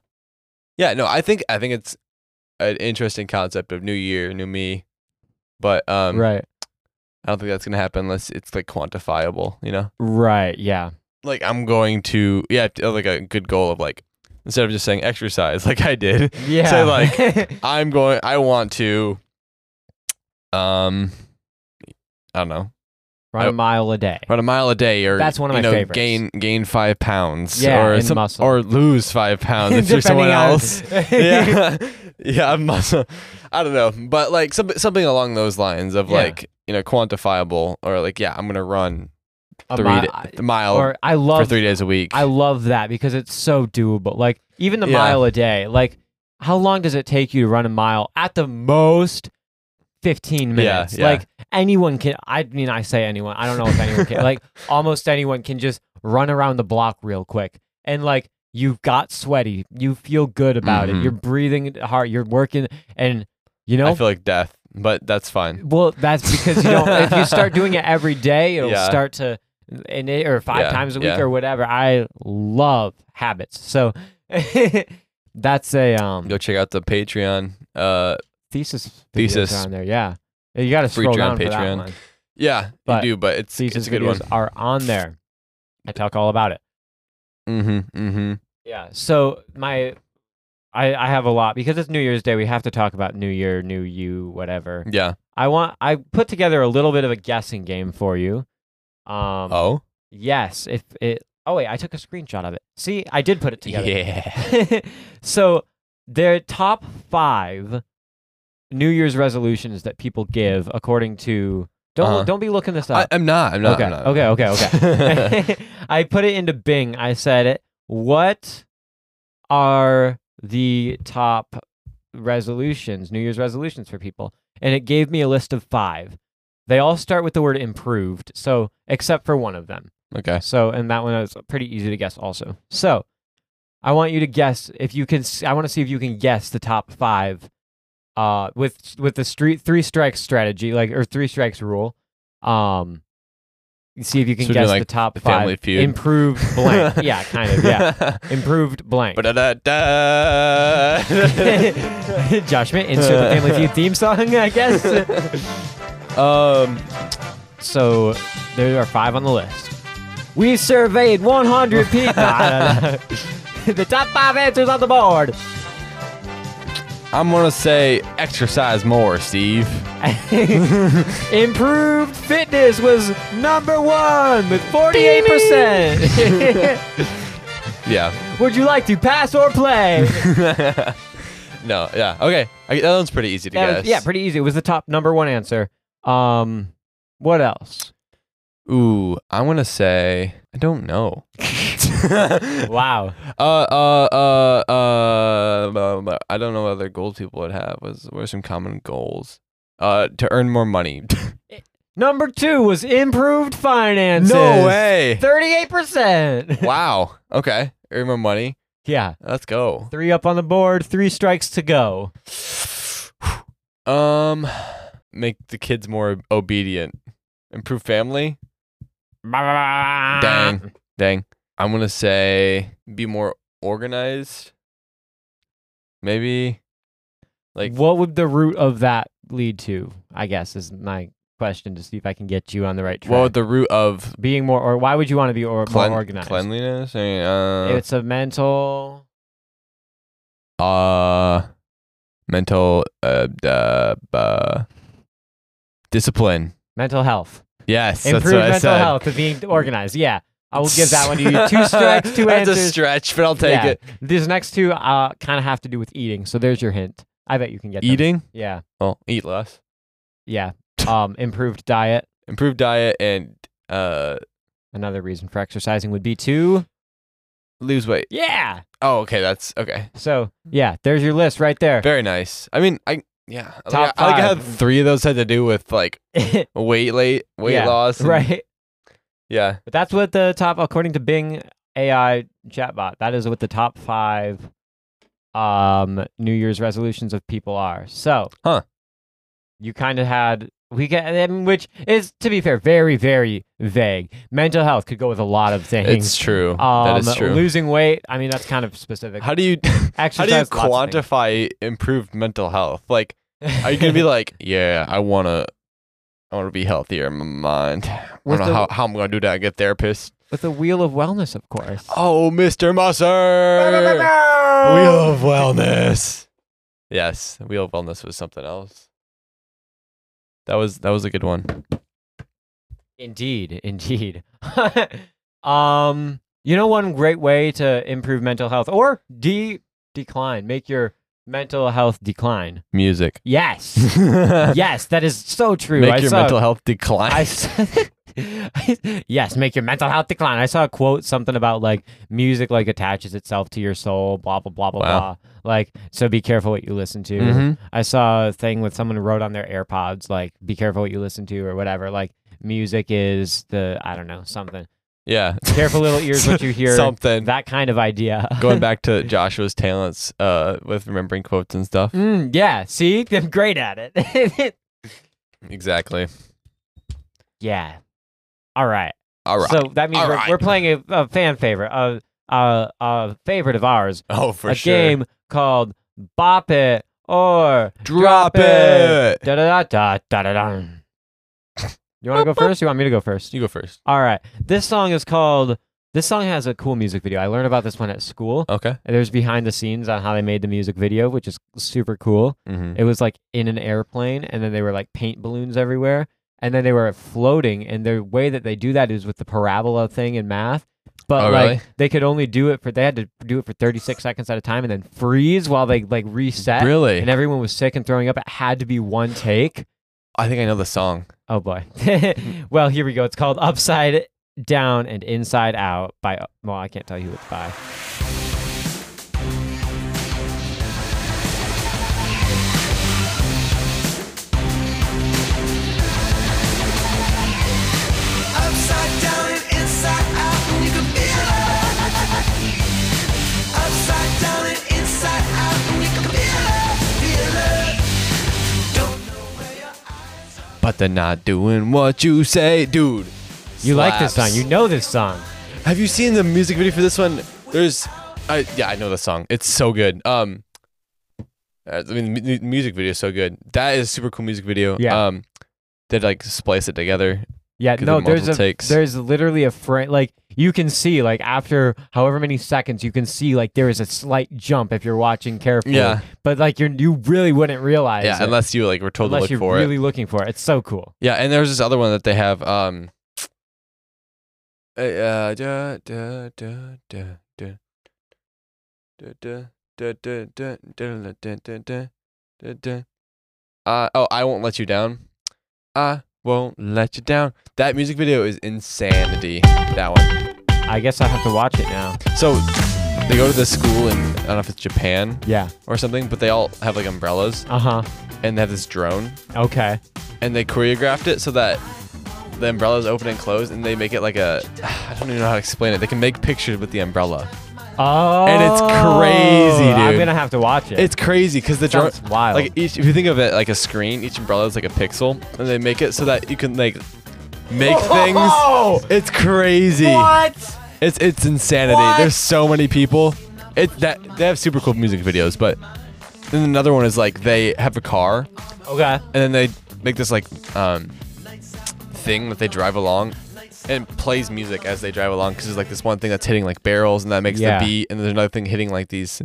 Speaker 1: yeah, no, I think I think it's an interesting concept of new year, new me. But um
Speaker 2: right.
Speaker 1: I don't think that's going to happen unless it's like quantifiable, you know?
Speaker 2: Right. Yeah.
Speaker 1: Like I'm going to yeah, t- uh, like a good goal of like instead of just saying exercise like I did,
Speaker 2: Yeah.
Speaker 1: Say, like, I'm going I want to um I don't know.
Speaker 2: run a mile a day.
Speaker 1: run a mile a day or
Speaker 2: That's one of
Speaker 1: you
Speaker 2: my
Speaker 1: know,
Speaker 2: favorites.
Speaker 1: gain gain five pounds
Speaker 2: Yeah,
Speaker 1: or
Speaker 2: in
Speaker 1: some-
Speaker 2: muscle.
Speaker 1: or lose five pounds if you're
Speaker 2: Depending
Speaker 1: someone
Speaker 2: on-
Speaker 1: else yeah Yeah, I'm also, I don't know, but like some, something along those lines of
Speaker 2: Yeah.
Speaker 1: like you know quantifiable or like yeah, I'm gonna run
Speaker 2: A
Speaker 1: three
Speaker 2: mi-
Speaker 1: da- a mile
Speaker 2: or I love
Speaker 1: for three days a week.
Speaker 2: I love that because it's so doable. Like even the
Speaker 1: Yeah.
Speaker 2: mile a day. Like how long does it take you to run a mile? At the most, fifteen minutes.
Speaker 1: yeah.
Speaker 2: Like anyone can. I mean, I say anyone. I don't know if anyone can. like almost anyone can just run around the block real quick and like you've got sweaty. You feel good about
Speaker 1: Mhm.
Speaker 2: it. You're breathing hard. You're working and you know
Speaker 1: I feel like death, but that's fine.
Speaker 2: well, that's because you don't. if you start doing it every day, it'll
Speaker 1: Yeah.
Speaker 2: start to, and it, or five
Speaker 1: Yeah,
Speaker 2: times a week
Speaker 1: yeah.
Speaker 2: or whatever. I love habits, so that's a um
Speaker 1: Go check out the Patreon. Uh,
Speaker 2: thesis.
Speaker 1: Thesis.
Speaker 2: on there, yeah. You got to
Speaker 1: Free
Speaker 2: scroll down
Speaker 1: John
Speaker 2: for that
Speaker 1: Patreon.
Speaker 2: one.
Speaker 1: yeah,
Speaker 2: But
Speaker 1: you do, but it's
Speaker 2: Thesis
Speaker 1: it's a good one.
Speaker 2: videos are on there. I talk all about it.
Speaker 1: Mm-hmm. Mm-hmm.
Speaker 2: Yeah. So my, I I have a lot because it's New Year's Day. We have to talk about New Year, New You, whatever.
Speaker 1: Yeah.
Speaker 2: I want. I put together a little bit of a guessing game for you. Um,
Speaker 1: Oh.
Speaker 2: Yes, if it. Oh wait, I took a screenshot of it. See, I did put it together.
Speaker 1: Yeah.
Speaker 2: so their top five New Year's resolutions that people give, according to don't
Speaker 1: Uh-huh.
Speaker 2: don't be looking this
Speaker 1: I,
Speaker 2: up.
Speaker 1: I'm not. I'm not.
Speaker 2: okay,
Speaker 1: I'm not.
Speaker 2: okay, okay, okay.
Speaker 1: okay.
Speaker 2: I put it into Bing. I said, "What are the top resolutions, New Year's resolutions for people?" And it gave me a list of five. They all start with the word improved, so except for one of them.
Speaker 1: okay.
Speaker 2: So, and that one is pretty easy to guess, also. So, I want you to guess if you can. s- I want to see if you can guess the top five, uh, with with the street three strikes strategy, like or three strikes rule. Um, see if you can
Speaker 1: So we're doing,
Speaker 2: guess the
Speaker 1: like,
Speaker 2: top
Speaker 1: the
Speaker 2: five.
Speaker 1: Family Feud?
Speaker 2: Improved blank. yeah, kind of. Yeah, improved blank. Josh, Mitt, insert the Family Feud theme song, I guess.
Speaker 1: um.
Speaker 2: So there are five on the list. We surveyed 100 people. the top five answers on the board.
Speaker 1: I'm gonna say exercise more, Steve.
Speaker 2: Improved fitness was number one with 48%.
Speaker 1: Yeah.
Speaker 2: Would you like to pass or play?
Speaker 1: No. Yeah. Okay. I, that one's pretty easy to
Speaker 2: That
Speaker 1: guess.
Speaker 2: was- yeah, pretty easy. It was the top number one answer. Um, what else?
Speaker 1: Ooh. I want to say. I don't know. uh.
Speaker 2: Wow.
Speaker 1: Uh. Uh. Uh. um, I don't know what other goals people would have. Was what are some common goals? Uh. To earn more money.
Speaker 2: Number two was improved finances.
Speaker 1: way.
Speaker 2: 38%.
Speaker 1: wow. Okay. Earn more money.
Speaker 2: Yeah.
Speaker 1: Let's go.
Speaker 2: Three up on the board, three strikes to go.
Speaker 1: Um, make the kids more obedient. Improve family. Dang. Dang. I'm gonna say be more organized. Maybe. Like
Speaker 2: what would the root of that lead to? I guess is my question to see if I can get you on the right track.
Speaker 1: well, the root of
Speaker 2: being more or why would you want to be or,
Speaker 1: clean-
Speaker 2: more organized?
Speaker 1: cleanliness. I mean, uh,
Speaker 2: It's a mental
Speaker 1: uh, mental uh, uh, uh, discipline.
Speaker 2: mental health.
Speaker 1: Yes,
Speaker 2: Improve
Speaker 1: that's what I
Speaker 2: mental
Speaker 1: said.
Speaker 2: health of being organized. Yeah. I will give that one to you. Two strikes, two
Speaker 1: That's
Speaker 2: answers.
Speaker 1: a stretch, but I'll take
Speaker 2: Yeah.
Speaker 1: it.
Speaker 2: These next two uh kind of have to do with eating. So there's your hint. I bet you can get them.
Speaker 1: Eating?
Speaker 2: Yeah.
Speaker 1: Well, eat less.
Speaker 2: Yeah. Um improved diet.
Speaker 1: Improve diet and uh
Speaker 2: Another reason for exercising would be to
Speaker 1: lose weight.
Speaker 2: Yeah.
Speaker 1: Oh, okay, that's okay.
Speaker 2: So yeah, there's your list right there.
Speaker 1: Very nice. I mean, I yeah. I
Speaker 2: Top
Speaker 1: like, I like
Speaker 2: five.
Speaker 1: how three of those had to do with like weight late weight
Speaker 2: Yeah,
Speaker 1: loss. and-
Speaker 2: right.
Speaker 1: Yeah.
Speaker 2: But that's what the top according to Bing AI chatbot. That is what the top five um New Year's resolutions of people are. So
Speaker 1: Huh.
Speaker 2: You kind of had we get and which is to be fair, very, very vague. Mental health could go with a lot of things.
Speaker 1: It's true. that is
Speaker 2: Um,
Speaker 1: true.
Speaker 2: Losing weight. I mean, that's kind of specific.
Speaker 1: how do you how do you
Speaker 2: Exercise, lots of things.
Speaker 1: quantify improved mental health? Like are you gonna be like, yeah, I wanna I wanna be healthier in my mind. I
Speaker 2: With
Speaker 1: don't know
Speaker 2: the-
Speaker 1: how, how I'm gonna do that. I get therapist.
Speaker 2: with the wheel of wellness, of course.
Speaker 1: Oh, Mr. Musser. Oh,
Speaker 2: Oh.
Speaker 1: Wheel of Wellness. Yes, Wheel of Wellness was something else. That was that was a good one.
Speaker 2: Indeed, indeed. um, you know one great way to improve mental health or de decline, make your mental health decline.
Speaker 1: Music.
Speaker 2: Yes. yes, that is so true.
Speaker 1: Make
Speaker 2: I
Speaker 1: your
Speaker 2: saw,
Speaker 1: mental health decline.
Speaker 2: I saw- yes, make your mental health decline. I saw a quote something about like music like attaches itself to your soul, blah blah blah blah
Speaker 1: Wow.
Speaker 2: blah. Like, so be careful what you listen to.
Speaker 1: Mhm.
Speaker 2: I saw a thing with someone who wrote on their AirPods, like, be careful what you listen to or whatever. Like music is the I don't know, something.
Speaker 1: yeah.
Speaker 2: Careful little ears what you hear.
Speaker 1: Something.
Speaker 2: That kind of idea.
Speaker 1: Going back to Joshua's talents uh, with remembering quotes and stuff.
Speaker 2: Mm, yeah, see? I'm great at it. Mm-hmm.
Speaker 1: Exactly.
Speaker 2: yeah. All right.
Speaker 1: All right.
Speaker 2: So that means
Speaker 1: All
Speaker 2: we're,
Speaker 1: right.
Speaker 2: we're playing a, a fan favorite, a, a, a favorite of ours,
Speaker 1: oh, for
Speaker 2: a
Speaker 1: sure.
Speaker 2: game called Bop It or
Speaker 1: Drop, it.
Speaker 2: Da da da da da da. You want to go first? You want me to go first?
Speaker 1: You go first.
Speaker 2: All right. This song is called. This song has a cool music video. I learned about this one at school.
Speaker 1: Okay.
Speaker 2: There's behind the scenes on how they made the music video, which is super cool.
Speaker 1: Mm-hmm.
Speaker 2: It was like in an airplane, and then they were like paint balloons everywhere, and then they were floating. And the way that they do that is with the parabola thing in math. But
Speaker 1: Oh,
Speaker 2: like
Speaker 1: really?
Speaker 2: they could only do it for they had to do it for 36 seconds at a time, and then freeze while they like reset.
Speaker 1: Really?
Speaker 2: And everyone was sick and throwing up. It had to be one take.
Speaker 1: I think I know the song.
Speaker 2: Oh boy. well, here we go. It's called Upside Down and Inside Out by. Well, I can't tell you who it's by.
Speaker 6: Upside down and inside out, and you can feel it. Upside down and inside out, and you can feel it, feel it. Don't know where your eyes are.
Speaker 1: But they're not doing what you say, dude.
Speaker 2: You like this song?
Speaker 1: Slaps.
Speaker 2: You know this song?
Speaker 1: Have you seen the music video for this one? There's, I yeah, I know the song. It's so good. Um, uh, I mean, the mu- the music video is so good. That is a super cool music video.
Speaker 2: Yeah.
Speaker 1: Um, they like splice it together.
Speaker 2: Yeah,
Speaker 1: 'Cause
Speaker 2: no,
Speaker 1: of
Speaker 2: there's
Speaker 1: multiple
Speaker 2: a
Speaker 1: takes.
Speaker 2: there's literally a frame like you can see like after however many seconds you can see like there is a slight jump if you're watching carefully.
Speaker 1: Yeah.
Speaker 2: But like you you really wouldn't realize
Speaker 1: yeah,
Speaker 2: it
Speaker 1: unless you like were told
Speaker 2: unless
Speaker 1: to
Speaker 2: you're
Speaker 1: look for
Speaker 2: really
Speaker 1: it.
Speaker 2: looking for it. It's so cool.
Speaker 1: Yeah, and there's this other one that they have. Um, uh, uh, da, da, da, da, da. Da, da, da, da, da, da, da, da, da, da, da, da. Uh, oh, I won't let you down. I won't let you down. That music video is insanity. That one.
Speaker 2: I guess I'll have to watch it now.
Speaker 1: So they go to this school in I don't know if it's Japan
Speaker 2: Yeah.
Speaker 1: or something, but they all have like umbrellas
Speaker 2: Uh-huh.
Speaker 1: and they have this drone
Speaker 2: Okay.
Speaker 1: and they choreographed it so that the umbrellas open and close and they make it like a I don't even know how to explain it. They can make pictures with the umbrella.
Speaker 2: Oh.
Speaker 1: it's crazy,
Speaker 2: I'm
Speaker 1: dude.
Speaker 2: going to have to watch it.
Speaker 1: It's crazy because the drone,
Speaker 2: Sounds wild.
Speaker 1: like each, if you think of it like a screen, each umbrella is like a pixel, and they make it so that you can like make things.
Speaker 2: Oh,
Speaker 1: It's crazy.
Speaker 2: What?
Speaker 1: It's it's insanity. There's so many people. It that they have super cool music videos, but then another one is like they have a car
Speaker 2: Okay.
Speaker 1: and then they make this like um thing that they drive along and plays music as they drive along because there's like this one thing that's hitting like barrels and that makes
Speaker 2: Yeah.
Speaker 1: the beat and there's another thing hitting like these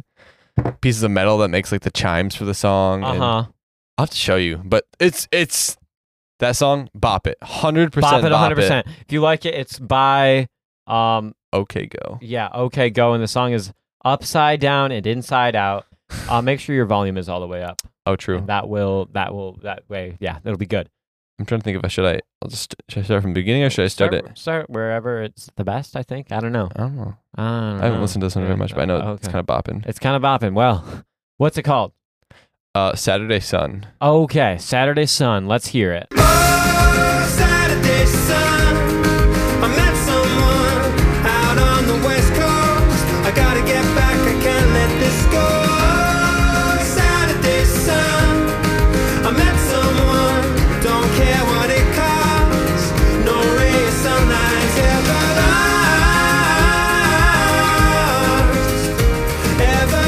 Speaker 1: pieces of metal that makes like the chimes for the song and
Speaker 2: Uh-huh.
Speaker 1: i'll have to show you but it's it's that song bop it 100%
Speaker 2: Bop it 100%. If you like it, it's by um
Speaker 1: okay go
Speaker 2: Yeah, okay, go. And the song is upside down and inside out. Uh, make sure your volume is all the way up.
Speaker 1: oh true
Speaker 2: And that will, that will, that way, yeah, it'll be good.
Speaker 1: i'm trying to think if i should i i'll just should i start from the beginning or should i start it
Speaker 2: Start wherever it's the best, I think. I don't know.
Speaker 1: i don't know
Speaker 2: I, don't
Speaker 1: i haven't
Speaker 2: know.
Speaker 1: listened to this one very much but i know it's
Speaker 2: Uh-huh. Okay.
Speaker 1: kind of bopping
Speaker 2: It's kind of bopping. Well, what's it called?
Speaker 1: uh saturday sun
Speaker 2: Okay, Saturday Sun. Let's hear it.
Speaker 6: Oh, Saturday sun, I met someone out on the west coast. I gotta get back, I can't let this go. Oh, Saturday sun, I met someone, don't care what it costs. No ray of sunlight's ever lost, ever lost.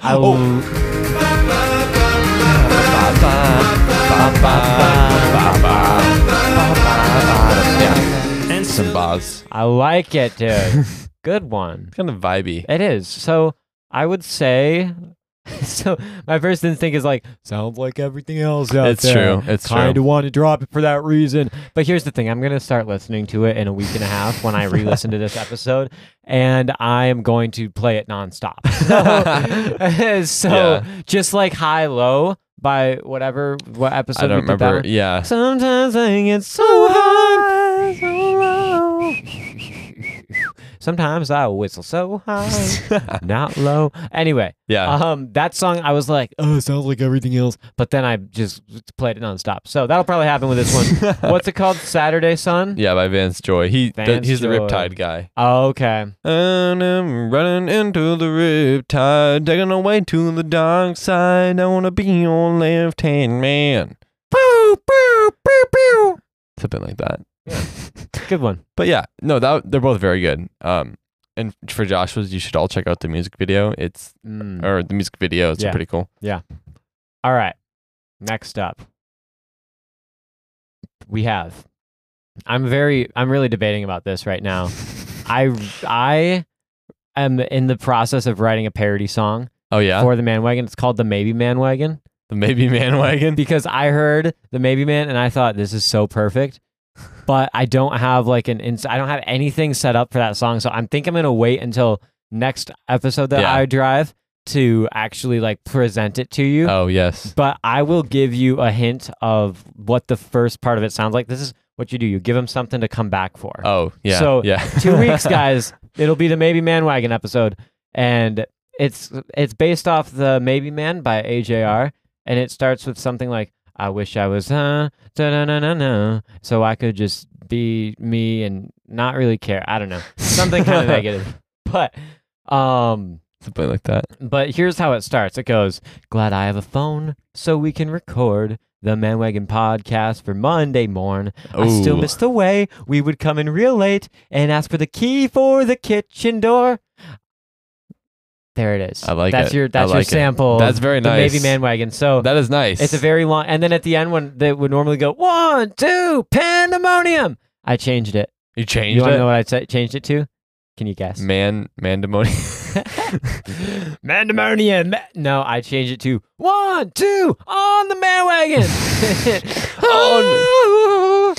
Speaker 2: Oh, I
Speaker 1: Oh.
Speaker 2: l-
Speaker 1: and some bars
Speaker 2: I like it, dude. good one.
Speaker 1: kind of vibey
Speaker 2: It is. So I would say so my first instinct is like, sounds like everything else out
Speaker 1: It's
Speaker 2: there.
Speaker 1: true. It's true.
Speaker 2: Kind of want to drop it for that reason. But here's the thing: I'm gonna start listening to it in a week and a half when I re-listen to this episode, and I am going to play it nonstop. So, so
Speaker 1: Yeah.
Speaker 2: just like High Low by whatever what episode
Speaker 1: I don't
Speaker 2: we did that
Speaker 1: remember.
Speaker 2: one.
Speaker 1: Yeah.
Speaker 2: Sometimes I get so high, so low. Sometimes I whistle so high, not low. Anyway,
Speaker 1: Yeah.
Speaker 2: um, that song I was like, oh, it sounds like everything else, but then I just played it nonstop. So that'll probably happen with this one. What's it called? Saturday Sun.
Speaker 1: Yeah, by Vance Joy. He the-
Speaker 2: Vance
Speaker 1: he's the
Speaker 2: Joy.
Speaker 1: Riptide guy.
Speaker 2: Okay.
Speaker 1: And I'm running into the Riptide, taking away to the dark side. I wanna be your left hand man. Pew, pew, pew, pew. Something like that.
Speaker 2: Good one.
Speaker 1: But yeah, no, that they're both very good. Um, and for Joshua's, you should all check out the music video. It's
Speaker 2: Mm.
Speaker 1: or the music videos
Speaker 2: Yeah.
Speaker 1: are pretty cool.
Speaker 2: All right. Next up, we have. I'm very. I'm really debating about this right now. I I am in the process of writing a parody song
Speaker 1: Oh yeah,
Speaker 2: for the Man Wagon. It's called the Maybe Man Wagon
Speaker 1: the Maybe Man Wagon.
Speaker 2: because I heard the Maybe Man and I thought this is so perfect. But I don't have like an ins- I don't have anything set up for that song, so I'm think I'm gonna wait until next episode that
Speaker 1: Yeah.
Speaker 2: I drive to actually like present it to you
Speaker 1: Oh yes,
Speaker 2: but I will give you a hint of what the first part of it sounds like. This is what you do. You give them something to come back for.
Speaker 1: oh yeah,
Speaker 2: So,
Speaker 1: yeah,
Speaker 2: Two weeks, guys. It'll be the Maybe Man Wagon episode, and it's it's based off the Maybe Man by AJR, and it starts with something like "I wish I was huh, da na na na na, so I could just be me and not really care." I don't know, something kind of negative, but um,
Speaker 1: something like that.
Speaker 2: but here's how it starts. It goes, Glad I have a phone so we can record the Manwagon podcast for Monday morn. I still
Speaker 1: Ooh.
Speaker 2: miss the way we would come in real late and ask for the key for the kitchen door. There it is.
Speaker 1: I like
Speaker 2: that's
Speaker 1: it.
Speaker 2: Your,
Speaker 1: I
Speaker 2: that's your
Speaker 1: like it.
Speaker 2: sample. of
Speaker 1: That's very
Speaker 2: the Maybe
Speaker 1: nice.
Speaker 2: Manwagon. So
Speaker 1: That is nice.
Speaker 2: it's a very long. And then at the end, when they would normally go, one, two, pandemonium. I changed it.
Speaker 1: you
Speaker 2: you
Speaker 1: changed
Speaker 2: want to
Speaker 1: it.
Speaker 2: know what I t- changed it to? Can you guess?
Speaker 1: Man, mandemonium.
Speaker 2: Mandemonium. Ma- No, I changed it to one, two, on the man wagon. Oh.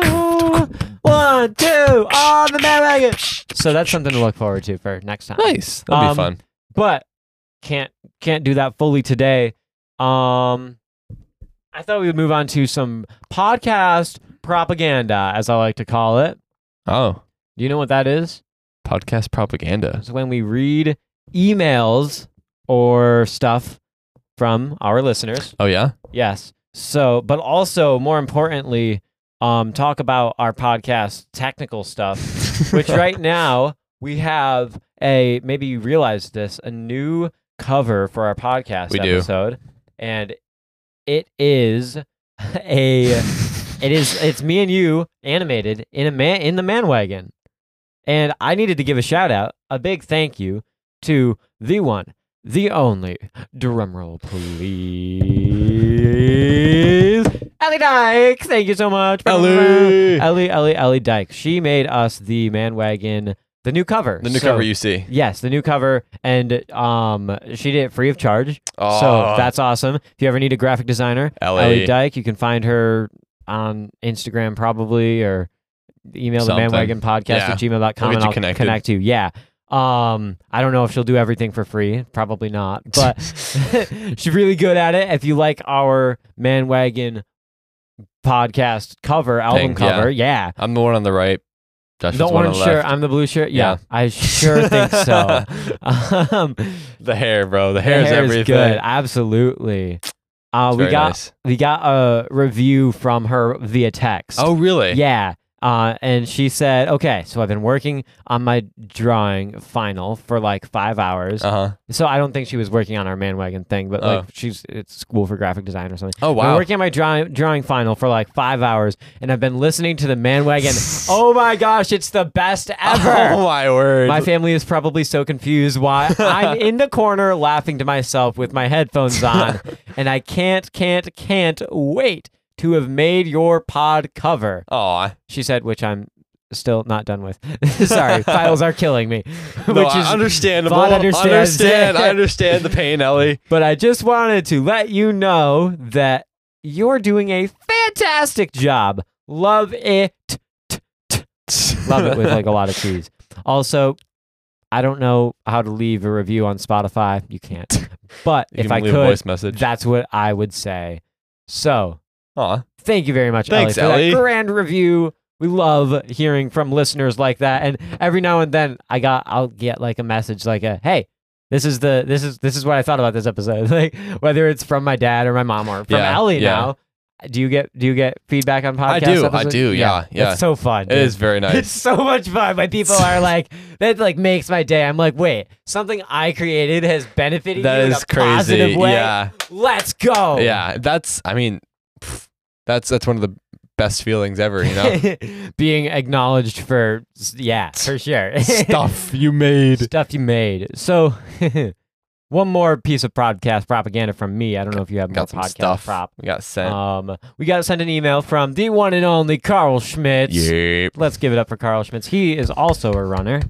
Speaker 1: On-
Speaker 2: one, two, on the man wagon. So that's something to look forward to for next time.
Speaker 1: nice. That'd be
Speaker 2: Um,
Speaker 1: fun.
Speaker 2: But can't can't do that fully today. Um I thought we would move on to some podcast propaganda, as I like to call it.
Speaker 1: Oh,
Speaker 2: Do you know what that is?
Speaker 1: podcast propaganda.
Speaker 2: It's when we read emails or stuff from our listeners.
Speaker 1: Oh yeah.
Speaker 2: Yes. So, but also more importantly, um, talk about our podcast technical stuff, which right now we have a maybe you realized this a new cover for our podcast
Speaker 1: We do.
Speaker 2: episode, and it is a it is it's me and you animated in a man in the man wagon, and I needed to give a shout out, a big thank you to the one, the only drumroll, please. Ellie Dyke, thank you so much.
Speaker 1: Ellie!
Speaker 2: Ellie, Ellie, Ellie Dyke. She made us the Man Wagon, the new cover.
Speaker 1: The new
Speaker 2: So-
Speaker 1: cover you see.
Speaker 2: Yes, the new cover, and um, she did it free of charge. So
Speaker 1: Aw.
Speaker 2: that's awesome. If you ever need a graphic designer,
Speaker 1: Ellie.
Speaker 2: Dyke, you can find her on Instagram probably or email
Speaker 1: Something.
Speaker 2: the manwagon podcast
Speaker 1: Yeah.
Speaker 2: at gmail.com
Speaker 1: We'll get
Speaker 2: and
Speaker 1: you
Speaker 2: I'll
Speaker 1: connected.
Speaker 2: connect you. Yeah. Um, I don't know if she'll do everything for free. Probably not, but she's really good at it. If you like our manwagon podcast cover, album
Speaker 1: Thing, yeah.
Speaker 2: cover, yeah.
Speaker 1: I'm the one on the right. Joshua's
Speaker 2: The
Speaker 1: one on
Speaker 2: orange
Speaker 1: the
Speaker 2: shirt,
Speaker 1: left.
Speaker 2: I'm the blue shirt. Yeah,
Speaker 1: Yeah.
Speaker 2: I sure think so. um,
Speaker 1: The hair, bro. The
Speaker 2: the
Speaker 1: hair's
Speaker 2: hair
Speaker 1: everything.
Speaker 2: is good. Absolutely. Uh,
Speaker 1: It's
Speaker 2: we
Speaker 1: very
Speaker 2: got
Speaker 1: nice.
Speaker 2: we got a review from her via text.
Speaker 1: Oh really?
Speaker 2: yeah. Uh, and she said, "Okay, so I've been working on my drawing final for like five hours.
Speaker 1: Uh huh.
Speaker 2: so I don't think she was working on our man wagon thing, but
Speaker 1: Oh.
Speaker 2: like she's at school for graphic design or something.
Speaker 1: Oh
Speaker 2: I've been
Speaker 1: wow.
Speaker 2: working on my drawing drawing final for like five hours, and I've been listening to the man wagon. oh my gosh, it's the best ever!
Speaker 1: Oh my word.
Speaker 2: My family is probably so confused why I'm in the corner laughing to myself with my headphones on, and I can't, can't, can't wait to have made your pod cover.
Speaker 1: Aw.
Speaker 2: She said, which I'm still not done with. Sorry, files are killing me.
Speaker 1: No, I- understandable.
Speaker 2: Vaughn understands.
Speaker 1: Understand. I understand the pain, Ellie.
Speaker 2: But I just wanted to let you know that you're doing a fantastic job. Love it. Love it with like a lot of cheese. Also, I don't know how to leave a review on Spotify. You can't. But
Speaker 1: You
Speaker 2: if
Speaker 1: can
Speaker 2: I
Speaker 1: leave
Speaker 2: could,
Speaker 1: a voice message.
Speaker 2: that's what I would say. So
Speaker 1: Aw.
Speaker 2: thank you very much,
Speaker 1: Thanks,
Speaker 2: Ellie, for
Speaker 1: Ellie.
Speaker 2: that grand review. We love hearing from listeners like that, and every now and then I got I'll get like a message like a hey. This is the this is this is what I thought about this episode. Like whether it's from my dad or my mom or from
Speaker 1: Yeah,
Speaker 2: Ellie
Speaker 1: yeah.
Speaker 2: now, do you get do you get feedback on podcasts?
Speaker 1: I do, I
Speaker 2: episodes?
Speaker 1: do, yeah, yeah.
Speaker 2: It's so fun.
Speaker 1: It
Speaker 2: dude.
Speaker 1: is very
Speaker 2: It's
Speaker 1: nice.
Speaker 2: so much fun. My people are like that. Like makes my day. I'm like, wait, something I created has benefited
Speaker 1: That
Speaker 2: you in
Speaker 1: is
Speaker 2: a positive
Speaker 1: crazy,
Speaker 2: way.
Speaker 1: yeah.
Speaker 2: let's go.
Speaker 1: Yeah, that's. I mean, pff, that's that's one of the best feelings ever. You know,
Speaker 2: being acknowledged for yeah, for sure.
Speaker 1: stuff you made.
Speaker 2: Stuff you made. So one more piece of podcast propaganda from me. I don't know if you have
Speaker 1: We
Speaker 2: more
Speaker 1: got some
Speaker 2: podcast
Speaker 1: stuff.
Speaker 2: prop.
Speaker 1: We got sent.
Speaker 2: Um, we got to send an email from the one and only Carl Schmitz.
Speaker 1: Yep.
Speaker 2: Let's give it up for Carl Schmitz. He is also a runner,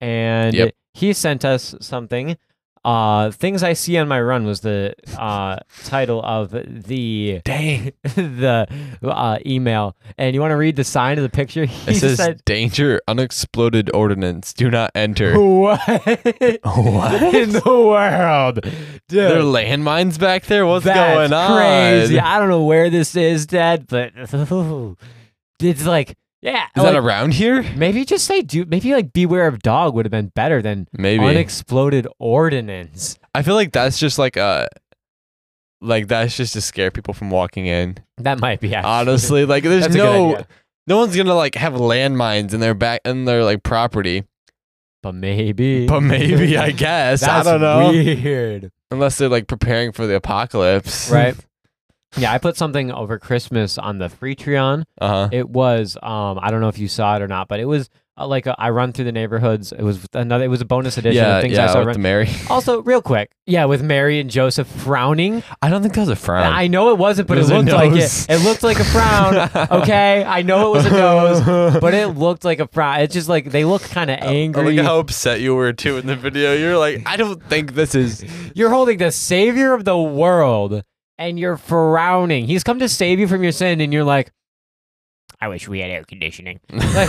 Speaker 2: and
Speaker 1: Yep.
Speaker 2: he sent us something. Uh, things I see on my run was the uh, title of the dang the uh, email. And you want to read the sign of the picture? He
Speaker 1: It says
Speaker 2: said,
Speaker 1: danger unexploded ordnance. Do not enter.
Speaker 2: "What?
Speaker 1: What?
Speaker 2: in the world, dude?"
Speaker 1: There are landmines back there. What's
Speaker 2: That's
Speaker 1: going on?
Speaker 2: Crazy. I don't know where this is, Dad, but it's like, yeah.
Speaker 1: Is
Speaker 2: like-
Speaker 1: that around here?
Speaker 2: Maybe just say do maybe like beware of dog would have been better than
Speaker 1: Maybe.
Speaker 2: unexploded ordinance.
Speaker 1: I feel like that's just like a, like that's just to scare people from walking in.
Speaker 2: That might be actually.
Speaker 1: Honestly, like there's
Speaker 2: That's a good
Speaker 1: no,
Speaker 2: idea.
Speaker 1: no one's gonna like have landmines in their back in their like property.
Speaker 2: but maybe.
Speaker 1: But maybe I guess
Speaker 2: That's
Speaker 1: I don't know.
Speaker 2: Weird,
Speaker 1: Unless they're like preparing for the apocalypse,
Speaker 2: right? yeah, I put something over Christmas on the Freetreon.
Speaker 1: Uh huh.
Speaker 2: It was um I don't know if you saw it or not, but it was uh, like a, I run through the neighborhoods. It was another. It was a bonus edition
Speaker 1: Yeah,
Speaker 2: of things
Speaker 1: yeah.
Speaker 2: I saw.
Speaker 1: with
Speaker 2: run-
Speaker 1: the Mary.
Speaker 2: also, real quick, yeah, with Mary and Joseph frowning.
Speaker 1: I don't think that was a frown.
Speaker 2: I know it wasn't, but
Speaker 1: It
Speaker 2: it,
Speaker 1: was a
Speaker 2: looked like it.
Speaker 1: nose.
Speaker 2: It looked like a frown. okay, I know it was a nose, but it looked like a frown. It's just like they look kind of
Speaker 1: Oh,
Speaker 2: angry.
Speaker 1: look at how upset you were too in the video. You're like, I don't think this is.
Speaker 2: you're holding the savior of the world, and you're frowning. He's come to save you from your sin, and you're like, I wish we had air conditioning. Like,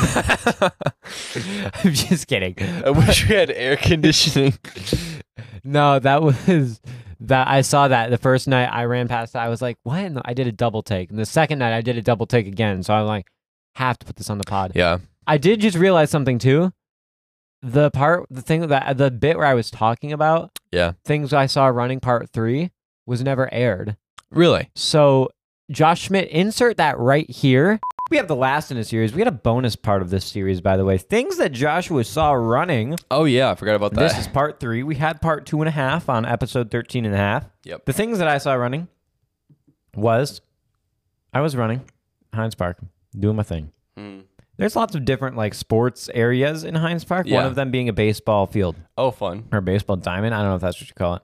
Speaker 2: I'm just kidding.
Speaker 1: I wish we had air conditioning.
Speaker 2: No, that was that I saw that the first night I ran past that. I was like, what? in the-" I did a double take. And the second night I did a double take again. So I'm like, have to put this on the pod.
Speaker 1: Yeah.
Speaker 2: I did just realize something too. The part, the thing that the bit where I was talking about,
Speaker 1: Yeah.
Speaker 2: things I saw running part three was never aired.
Speaker 1: Really?
Speaker 2: So Josh Schmidt, insert that right here. We have the last in a series. We had a bonus part of this series, by the way. Things that Joshua saw running.
Speaker 1: Oh yeah, I forgot about that.
Speaker 2: This is part three. We had part two and a half on episode 13 and a half.
Speaker 1: Yep.
Speaker 2: The things that I saw running was I was running Heinz Park, doing my thing.
Speaker 1: Hmm.
Speaker 2: There's lots of different like sports areas in Heinz Park, one
Speaker 1: Yeah.
Speaker 2: of them being a baseball field
Speaker 1: oh, fun.
Speaker 2: or a baseball diamond. I don't know if that's what you call it.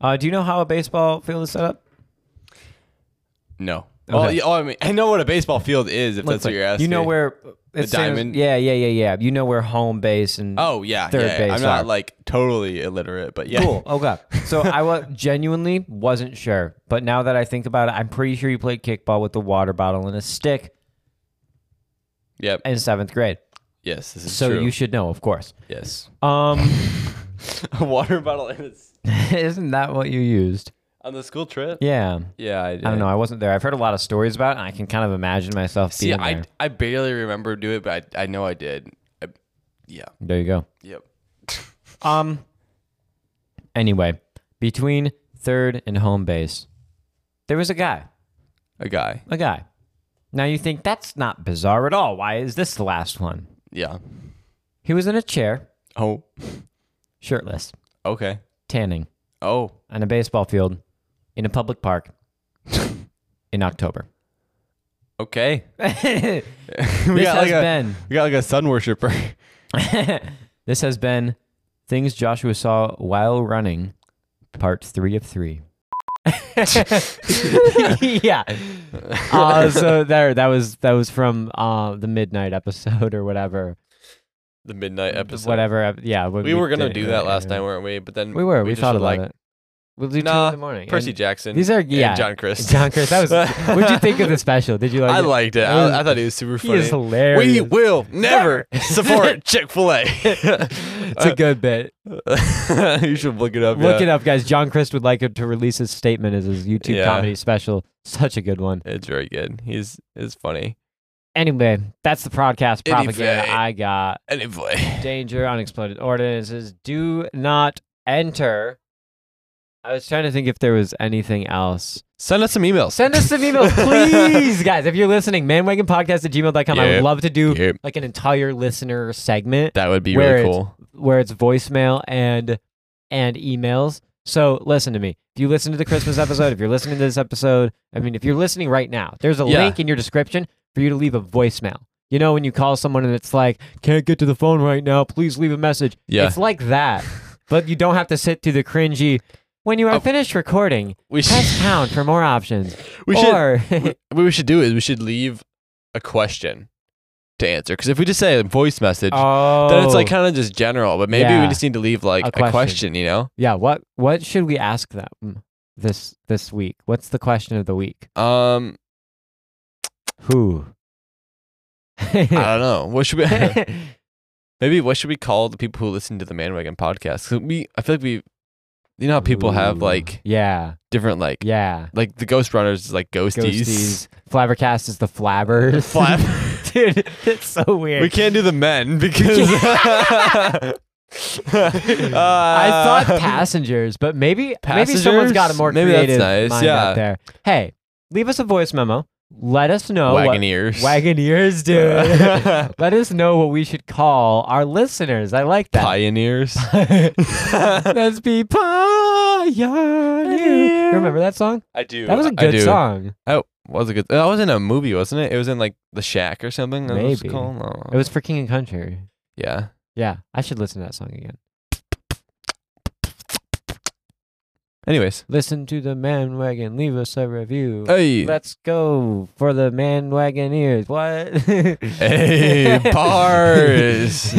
Speaker 2: Uh, do you know how a baseball field is set up?
Speaker 1: No. Well, yeah, oh, I mean, I know what a baseball field is. If that's what
Speaker 2: Like,
Speaker 1: you're asking.
Speaker 2: You know where it's same as-
Speaker 1: diamond?
Speaker 2: Yeah, yeah, yeah, yeah. You know where home base and
Speaker 1: Oh yeah.
Speaker 2: third
Speaker 1: yeah, yeah.
Speaker 2: base
Speaker 1: I'm not
Speaker 2: are.
Speaker 1: like totally illiterate, but yeah.
Speaker 2: Cool. Okay. So I wa- genuinely wasn't sure, but now that I think about it, I'm pretty sure you played kickball with a water bottle and a stick
Speaker 1: Yep.
Speaker 2: in seventh grade.
Speaker 1: yes. This is
Speaker 2: So
Speaker 1: true.
Speaker 2: you should know, of course.
Speaker 1: yes.
Speaker 2: Um,
Speaker 1: A water bottle and it's
Speaker 2: isn't that what you used?
Speaker 1: on the school trip.
Speaker 2: Yeah.
Speaker 1: Yeah. I, did.
Speaker 2: I don't know. I wasn't there. I've heard a lot of stories about it, and I can kind of imagine myself
Speaker 1: See,
Speaker 2: being
Speaker 1: I
Speaker 2: there.
Speaker 1: I barely remember do it, but I I know I did. I, yeah.
Speaker 2: There you go.
Speaker 1: Yep.
Speaker 2: Um. Anyway, between third and home base, there was a guy.
Speaker 1: A guy.
Speaker 2: A guy. Now you think that's not bizarre at all. Why is this the last one?
Speaker 1: Yeah.
Speaker 2: He was in a chair,
Speaker 1: Oh.
Speaker 2: shirtless,
Speaker 1: Okay.
Speaker 2: tanning
Speaker 1: Oh.
Speaker 2: on a baseball field in a public park in October.
Speaker 1: Okay.
Speaker 2: this
Speaker 1: we got
Speaker 2: has
Speaker 1: like a
Speaker 2: been
Speaker 1: we got like a sun worshiper.
Speaker 2: this has been things Joshua saw while running, part three of three. yeah. Uh, so there, that was that was from uh, the midnight episode or whatever,
Speaker 1: the midnight episode.
Speaker 2: whatever. ep- Yeah, what
Speaker 1: We were gonna
Speaker 2: did
Speaker 1: do
Speaker 2: it,
Speaker 1: that
Speaker 2: yeah.
Speaker 1: last time, weren't we? But then
Speaker 2: We were. We,
Speaker 1: just
Speaker 2: thought
Speaker 1: were
Speaker 2: about
Speaker 1: like
Speaker 2: it. We'll do two
Speaker 1: nah,
Speaker 2: in the morning.
Speaker 1: Percy
Speaker 2: And
Speaker 1: Jackson.
Speaker 2: These are
Speaker 1: and
Speaker 2: yeah.
Speaker 1: John Chris.
Speaker 2: John Chris. That was. what'd you think of the special? Did you like?
Speaker 1: I
Speaker 2: it?
Speaker 1: liked it.
Speaker 2: That was-
Speaker 1: I, I thought it was super
Speaker 2: He is
Speaker 1: funny.
Speaker 2: hilarious.
Speaker 1: We will never support Chick Fil A.
Speaker 2: it's a good bit.
Speaker 1: you should look it up.
Speaker 2: Look
Speaker 1: yeah.
Speaker 2: it up, guys. John Christ would like to release his statement as his YouTube
Speaker 1: Yeah.
Speaker 2: comedy special. Such a good one.
Speaker 1: It's very good. He's it's funny.
Speaker 2: Anyway, that's the podcast propaganda
Speaker 1: Anyway.
Speaker 2: I got.
Speaker 1: Anyway,
Speaker 2: Danger, unexploded ordinances. Do not enter. I was trying to think if there was anything else.
Speaker 1: send us some emails.
Speaker 2: Send us some emails, please, guys. If you're listening, manwagonpodcast at gmail.com. I
Speaker 1: Yeah.
Speaker 2: would love to do
Speaker 1: Yeah,
Speaker 2: like an entire listener segment.
Speaker 1: that would be
Speaker 2: Where
Speaker 1: really
Speaker 2: it's-
Speaker 1: cool.
Speaker 2: where it's voicemail and and emails. So listen to me. If you listen to the Christmas episode, if you're listening to this episode, I mean, if you're listening right now, there's a
Speaker 1: Yeah.
Speaker 2: link in your description for you to leave a voicemail. You know, when you call someone and it's like, can't get to the phone right now, please leave a message.
Speaker 1: Yeah.
Speaker 2: It's like that, but you don't have to sit through the cringy. When you are
Speaker 1: Oh.
Speaker 2: finished recording,
Speaker 1: We should.
Speaker 2: press pound for more options.
Speaker 1: We should.
Speaker 2: or
Speaker 1: what we should do is we should leave a question to answer because if we just say a voice message,
Speaker 2: oh,
Speaker 1: then it's like kind of just general. But maybe we
Speaker 2: Yeah.
Speaker 1: just need to leave like
Speaker 2: A
Speaker 1: a question.
Speaker 2: question.
Speaker 1: you know?
Speaker 2: yeah. What what should we ask them this this week? What's the question of the week?
Speaker 1: Um,
Speaker 2: Who?
Speaker 1: I don't know. What should we?
Speaker 2: yeah,
Speaker 1: maybe what should we call the people who listen to the Manwagon podcast? 'Cause we, I feel like we, you know, how people have
Speaker 2: Ooh.
Speaker 1: like different like
Speaker 2: yeah.
Speaker 1: like the Ghost Runners is like ghosties.
Speaker 2: Ghosties. Flabbercast is the flabbers.
Speaker 1: Flab-
Speaker 2: Dude, it's so weird.
Speaker 1: We can't do the men because.
Speaker 2: I
Speaker 1: Uh,
Speaker 2: thought passengers, but maybe maybe someone's got a more
Speaker 1: Passengers? Maybe that's
Speaker 2: creative
Speaker 1: nice,
Speaker 2: mind
Speaker 1: yeah.
Speaker 2: out there. Hey, leave us a voice memo. Let us know
Speaker 1: wagon
Speaker 2: what
Speaker 1: ears.
Speaker 2: Wagoneers, dude. Let us know what we should call our listeners. I like that.
Speaker 1: Pioneers.
Speaker 2: Let's be pioneer. Remember that song?
Speaker 1: I do.
Speaker 2: That was a
Speaker 1: I
Speaker 2: good
Speaker 1: do.
Speaker 2: song.
Speaker 1: Oh, was a good. That was in a movie, wasn't it? It was in like The Shack or something. That was
Speaker 2: Maybe.
Speaker 1: called? No.
Speaker 2: It was for King and Country.
Speaker 1: Yeah.
Speaker 2: Yeah, I should listen to that song again.
Speaker 1: Anyways.
Speaker 2: Listen to the man wagon. Leave us a review.
Speaker 1: Hey.
Speaker 2: Let's go for the man wagon ears. What?
Speaker 1: Hey, bars.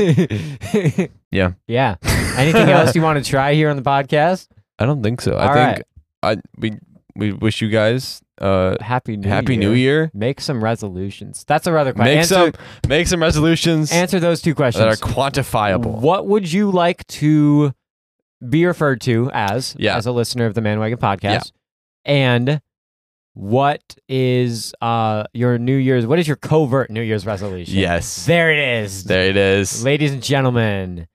Speaker 1: Yeah.
Speaker 2: Yeah. Anything else you want to try here on the podcast?
Speaker 1: I don't think so. I
Speaker 2: All
Speaker 1: think I we we wish you guys uh
Speaker 2: Happy New
Speaker 1: happy
Speaker 2: Year.
Speaker 1: New Year.
Speaker 2: Make some resolutions. That's our other question.
Speaker 1: Make
Speaker 2: answer,
Speaker 1: some make some resolutions
Speaker 2: answer those two questions.
Speaker 1: that are quantifiable.
Speaker 2: What would you like to be referred to as
Speaker 1: Yeah.
Speaker 2: as a listener of the Man Wagon podcast? And what is uh your New Year's what is your covert New Year's resolution?
Speaker 1: Yes.
Speaker 2: There it is.
Speaker 1: There it is.
Speaker 2: Ladies and gentlemen,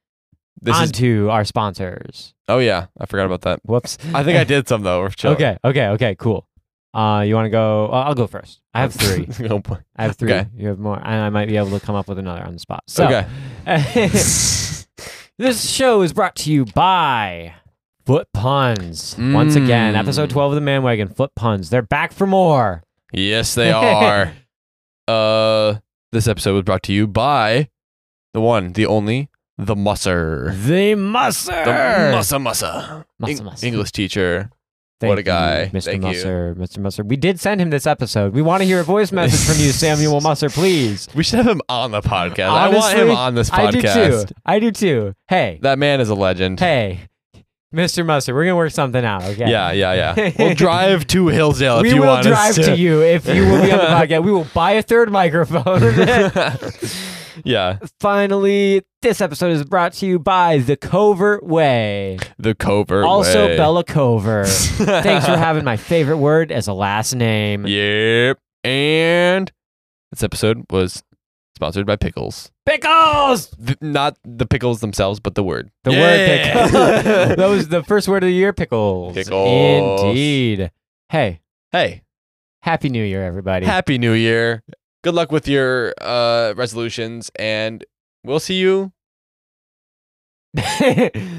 Speaker 1: This
Speaker 2: on
Speaker 1: is.
Speaker 2: to our sponsors.
Speaker 1: Oh yeah, I forgot about that.
Speaker 2: Whoops.
Speaker 1: I think I did some though. Chill.
Speaker 2: Okay, okay, okay, cool. Uh, you want to go? uh, I'll go first. I have three.
Speaker 1: oh boy.
Speaker 2: I have three.
Speaker 1: Okay.
Speaker 2: You have more, and I might be able to come up with another on the spot. So,
Speaker 1: okay.
Speaker 2: this show is brought to you by Foot Puns. Once again,
Speaker 1: Mm.
Speaker 2: episode 12 of the Man Wagon, Foot Puns. They're back for more.
Speaker 1: Yes, they are. uh, this episode was brought to you by the one, the only, the Musser.
Speaker 2: The Musser.
Speaker 1: The Musser Musser.
Speaker 2: Musser, Musser.
Speaker 1: English teacher.
Speaker 2: Thank
Speaker 1: What a guy.
Speaker 2: You, Mr.
Speaker 1: Thank you.
Speaker 2: Musser. Mr. Musser. We did send him this episode. We want to hear a voice message from you, Samuel Musser, please.
Speaker 1: We should have him on the podcast. I want
Speaker 2: Honestly,
Speaker 1: him on this
Speaker 2: I do
Speaker 1: podcast.
Speaker 2: too. I do too. Hey,
Speaker 1: That man is a legend.
Speaker 2: hey, Mr. Musser, we're going to work something out, okay?
Speaker 1: Yeah, yeah, yeah. we'll drive to Hillsdale if
Speaker 2: we
Speaker 1: you
Speaker 2: will
Speaker 1: want
Speaker 2: drive
Speaker 1: us to.
Speaker 2: to you if you will be on the podcast. We will buy a third microphone.
Speaker 1: yeah,
Speaker 2: Finally, this episode is brought to you by The Covert Way,
Speaker 1: the covert.
Speaker 2: also
Speaker 1: way.
Speaker 2: Bella Cover. Thanks for having my favorite word as a last name.
Speaker 1: Yep. And this episode was sponsored by pickles.
Speaker 2: Pickles!
Speaker 1: Th- not the pickles themselves, but the word.
Speaker 2: The
Speaker 1: Yeah.
Speaker 2: word pickles. that was the first word of the year, pickles.
Speaker 1: Pickles.
Speaker 2: Indeed. Hey,
Speaker 1: hey,
Speaker 2: Happy New Year, everybody.
Speaker 1: happy new year. Good luck with your uh, resolutions, and we'll see you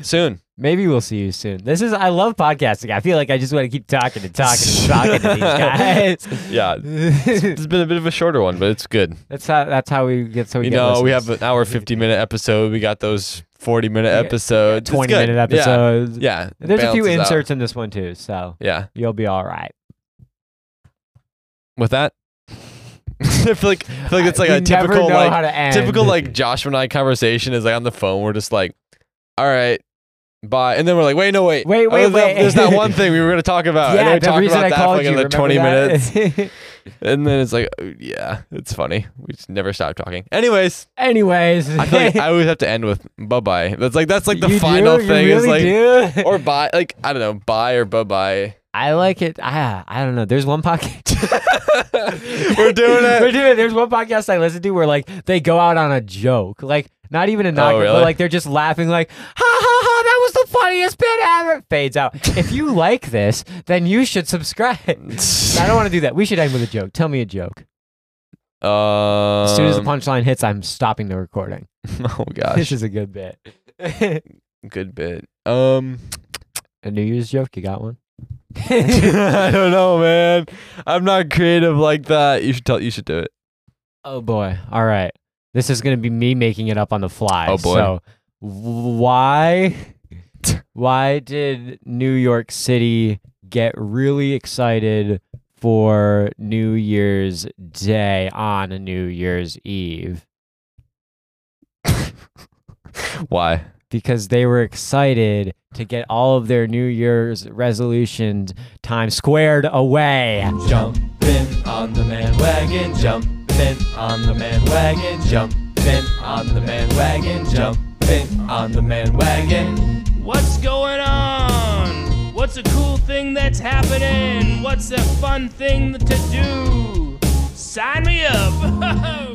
Speaker 1: soon.
Speaker 2: Maybe we'll see you soon. This is I love podcasting. I feel like I just want to keep talking and talking and talking to these guys.
Speaker 1: Yeah.
Speaker 2: Yeah.
Speaker 1: It's been a bit of a shorter one, but it's good.
Speaker 2: that's how that's how we get so we
Speaker 1: you
Speaker 2: get
Speaker 1: know, we
Speaker 2: listeners.
Speaker 1: have an hour 50 minute episode. We got those forty minute
Speaker 2: Yeah,
Speaker 1: episode, It's
Speaker 2: twenty
Speaker 1: good.
Speaker 2: minute
Speaker 1: Yeah,
Speaker 2: episodes.
Speaker 1: Yeah, it
Speaker 2: There's a few
Speaker 1: balances out.
Speaker 2: inserts in this one too, so
Speaker 1: Yeah,
Speaker 2: you'll be all right.
Speaker 1: with that, I feel like I feel like it's like
Speaker 2: We
Speaker 1: a typical
Speaker 2: never know
Speaker 1: like
Speaker 2: how to end.
Speaker 1: typical like Joshua and I conversation is like on the phone. We're just like, all right, bye, and then we're like, wait, no, wait,
Speaker 2: Wait,
Speaker 1: Oh,
Speaker 2: wait,
Speaker 1: there's that-
Speaker 2: wait.
Speaker 1: There's that one thing we uh, were gonna talk about. and
Speaker 2: yeah,
Speaker 1: then we
Speaker 2: the
Speaker 1: talked
Speaker 2: reason
Speaker 1: about
Speaker 2: I
Speaker 1: that
Speaker 2: called
Speaker 1: for like
Speaker 2: you.
Speaker 1: another twenty
Speaker 2: remember
Speaker 1: minutes,
Speaker 2: that?
Speaker 1: and then it's like, oh, yeah, it's funny. We just never stop talking. Anyways,
Speaker 2: Anyways,
Speaker 1: I feel like I always have to end with bye bye. That's like that's like the
Speaker 2: you
Speaker 1: final
Speaker 2: do? You
Speaker 1: thing is
Speaker 2: really
Speaker 1: like
Speaker 2: do?
Speaker 1: or bye, like I don't know, bye or bye bye.
Speaker 2: I like it. I I don't know. There's one podcast.
Speaker 1: We're doing
Speaker 2: We're
Speaker 1: it.
Speaker 2: doing it. There's one podcast I listen to where like they go out on a joke, like not even a knock,
Speaker 1: Oh, really?
Speaker 2: but like they're just laughing, like ha ha ha, that was the funniest bit ever. Fades out. if you like this, then you should subscribe. I don't want to do that. We should end with a joke. Tell me a joke.
Speaker 1: Um,
Speaker 2: As soon as the punchline hits, I'm stopping the recording.
Speaker 1: Oh
Speaker 2: This
Speaker 1: gosh,
Speaker 2: is a good bit. a
Speaker 1: good bit. Um,
Speaker 2: New Year's joke. You got one?
Speaker 1: I don't know, man. I'm not creative like that. You should tell. You should do it.
Speaker 2: Oh boy. All right. This is going to be me making it up on the fly.
Speaker 1: Oh, boy.
Speaker 2: So why why did New York City get really excited for New Year's Day on a New Year's Eve?
Speaker 1: Why?
Speaker 2: Because they were excited to get all of their New Year's resolutions time squared away.
Speaker 7: Jumping on the man wagon, jumping on the man wagon, jumping on the man wagon, jumping on the man wagon.
Speaker 5: What's going on? What's a cool thing that's happening? What's a fun thing to do? Sign me up!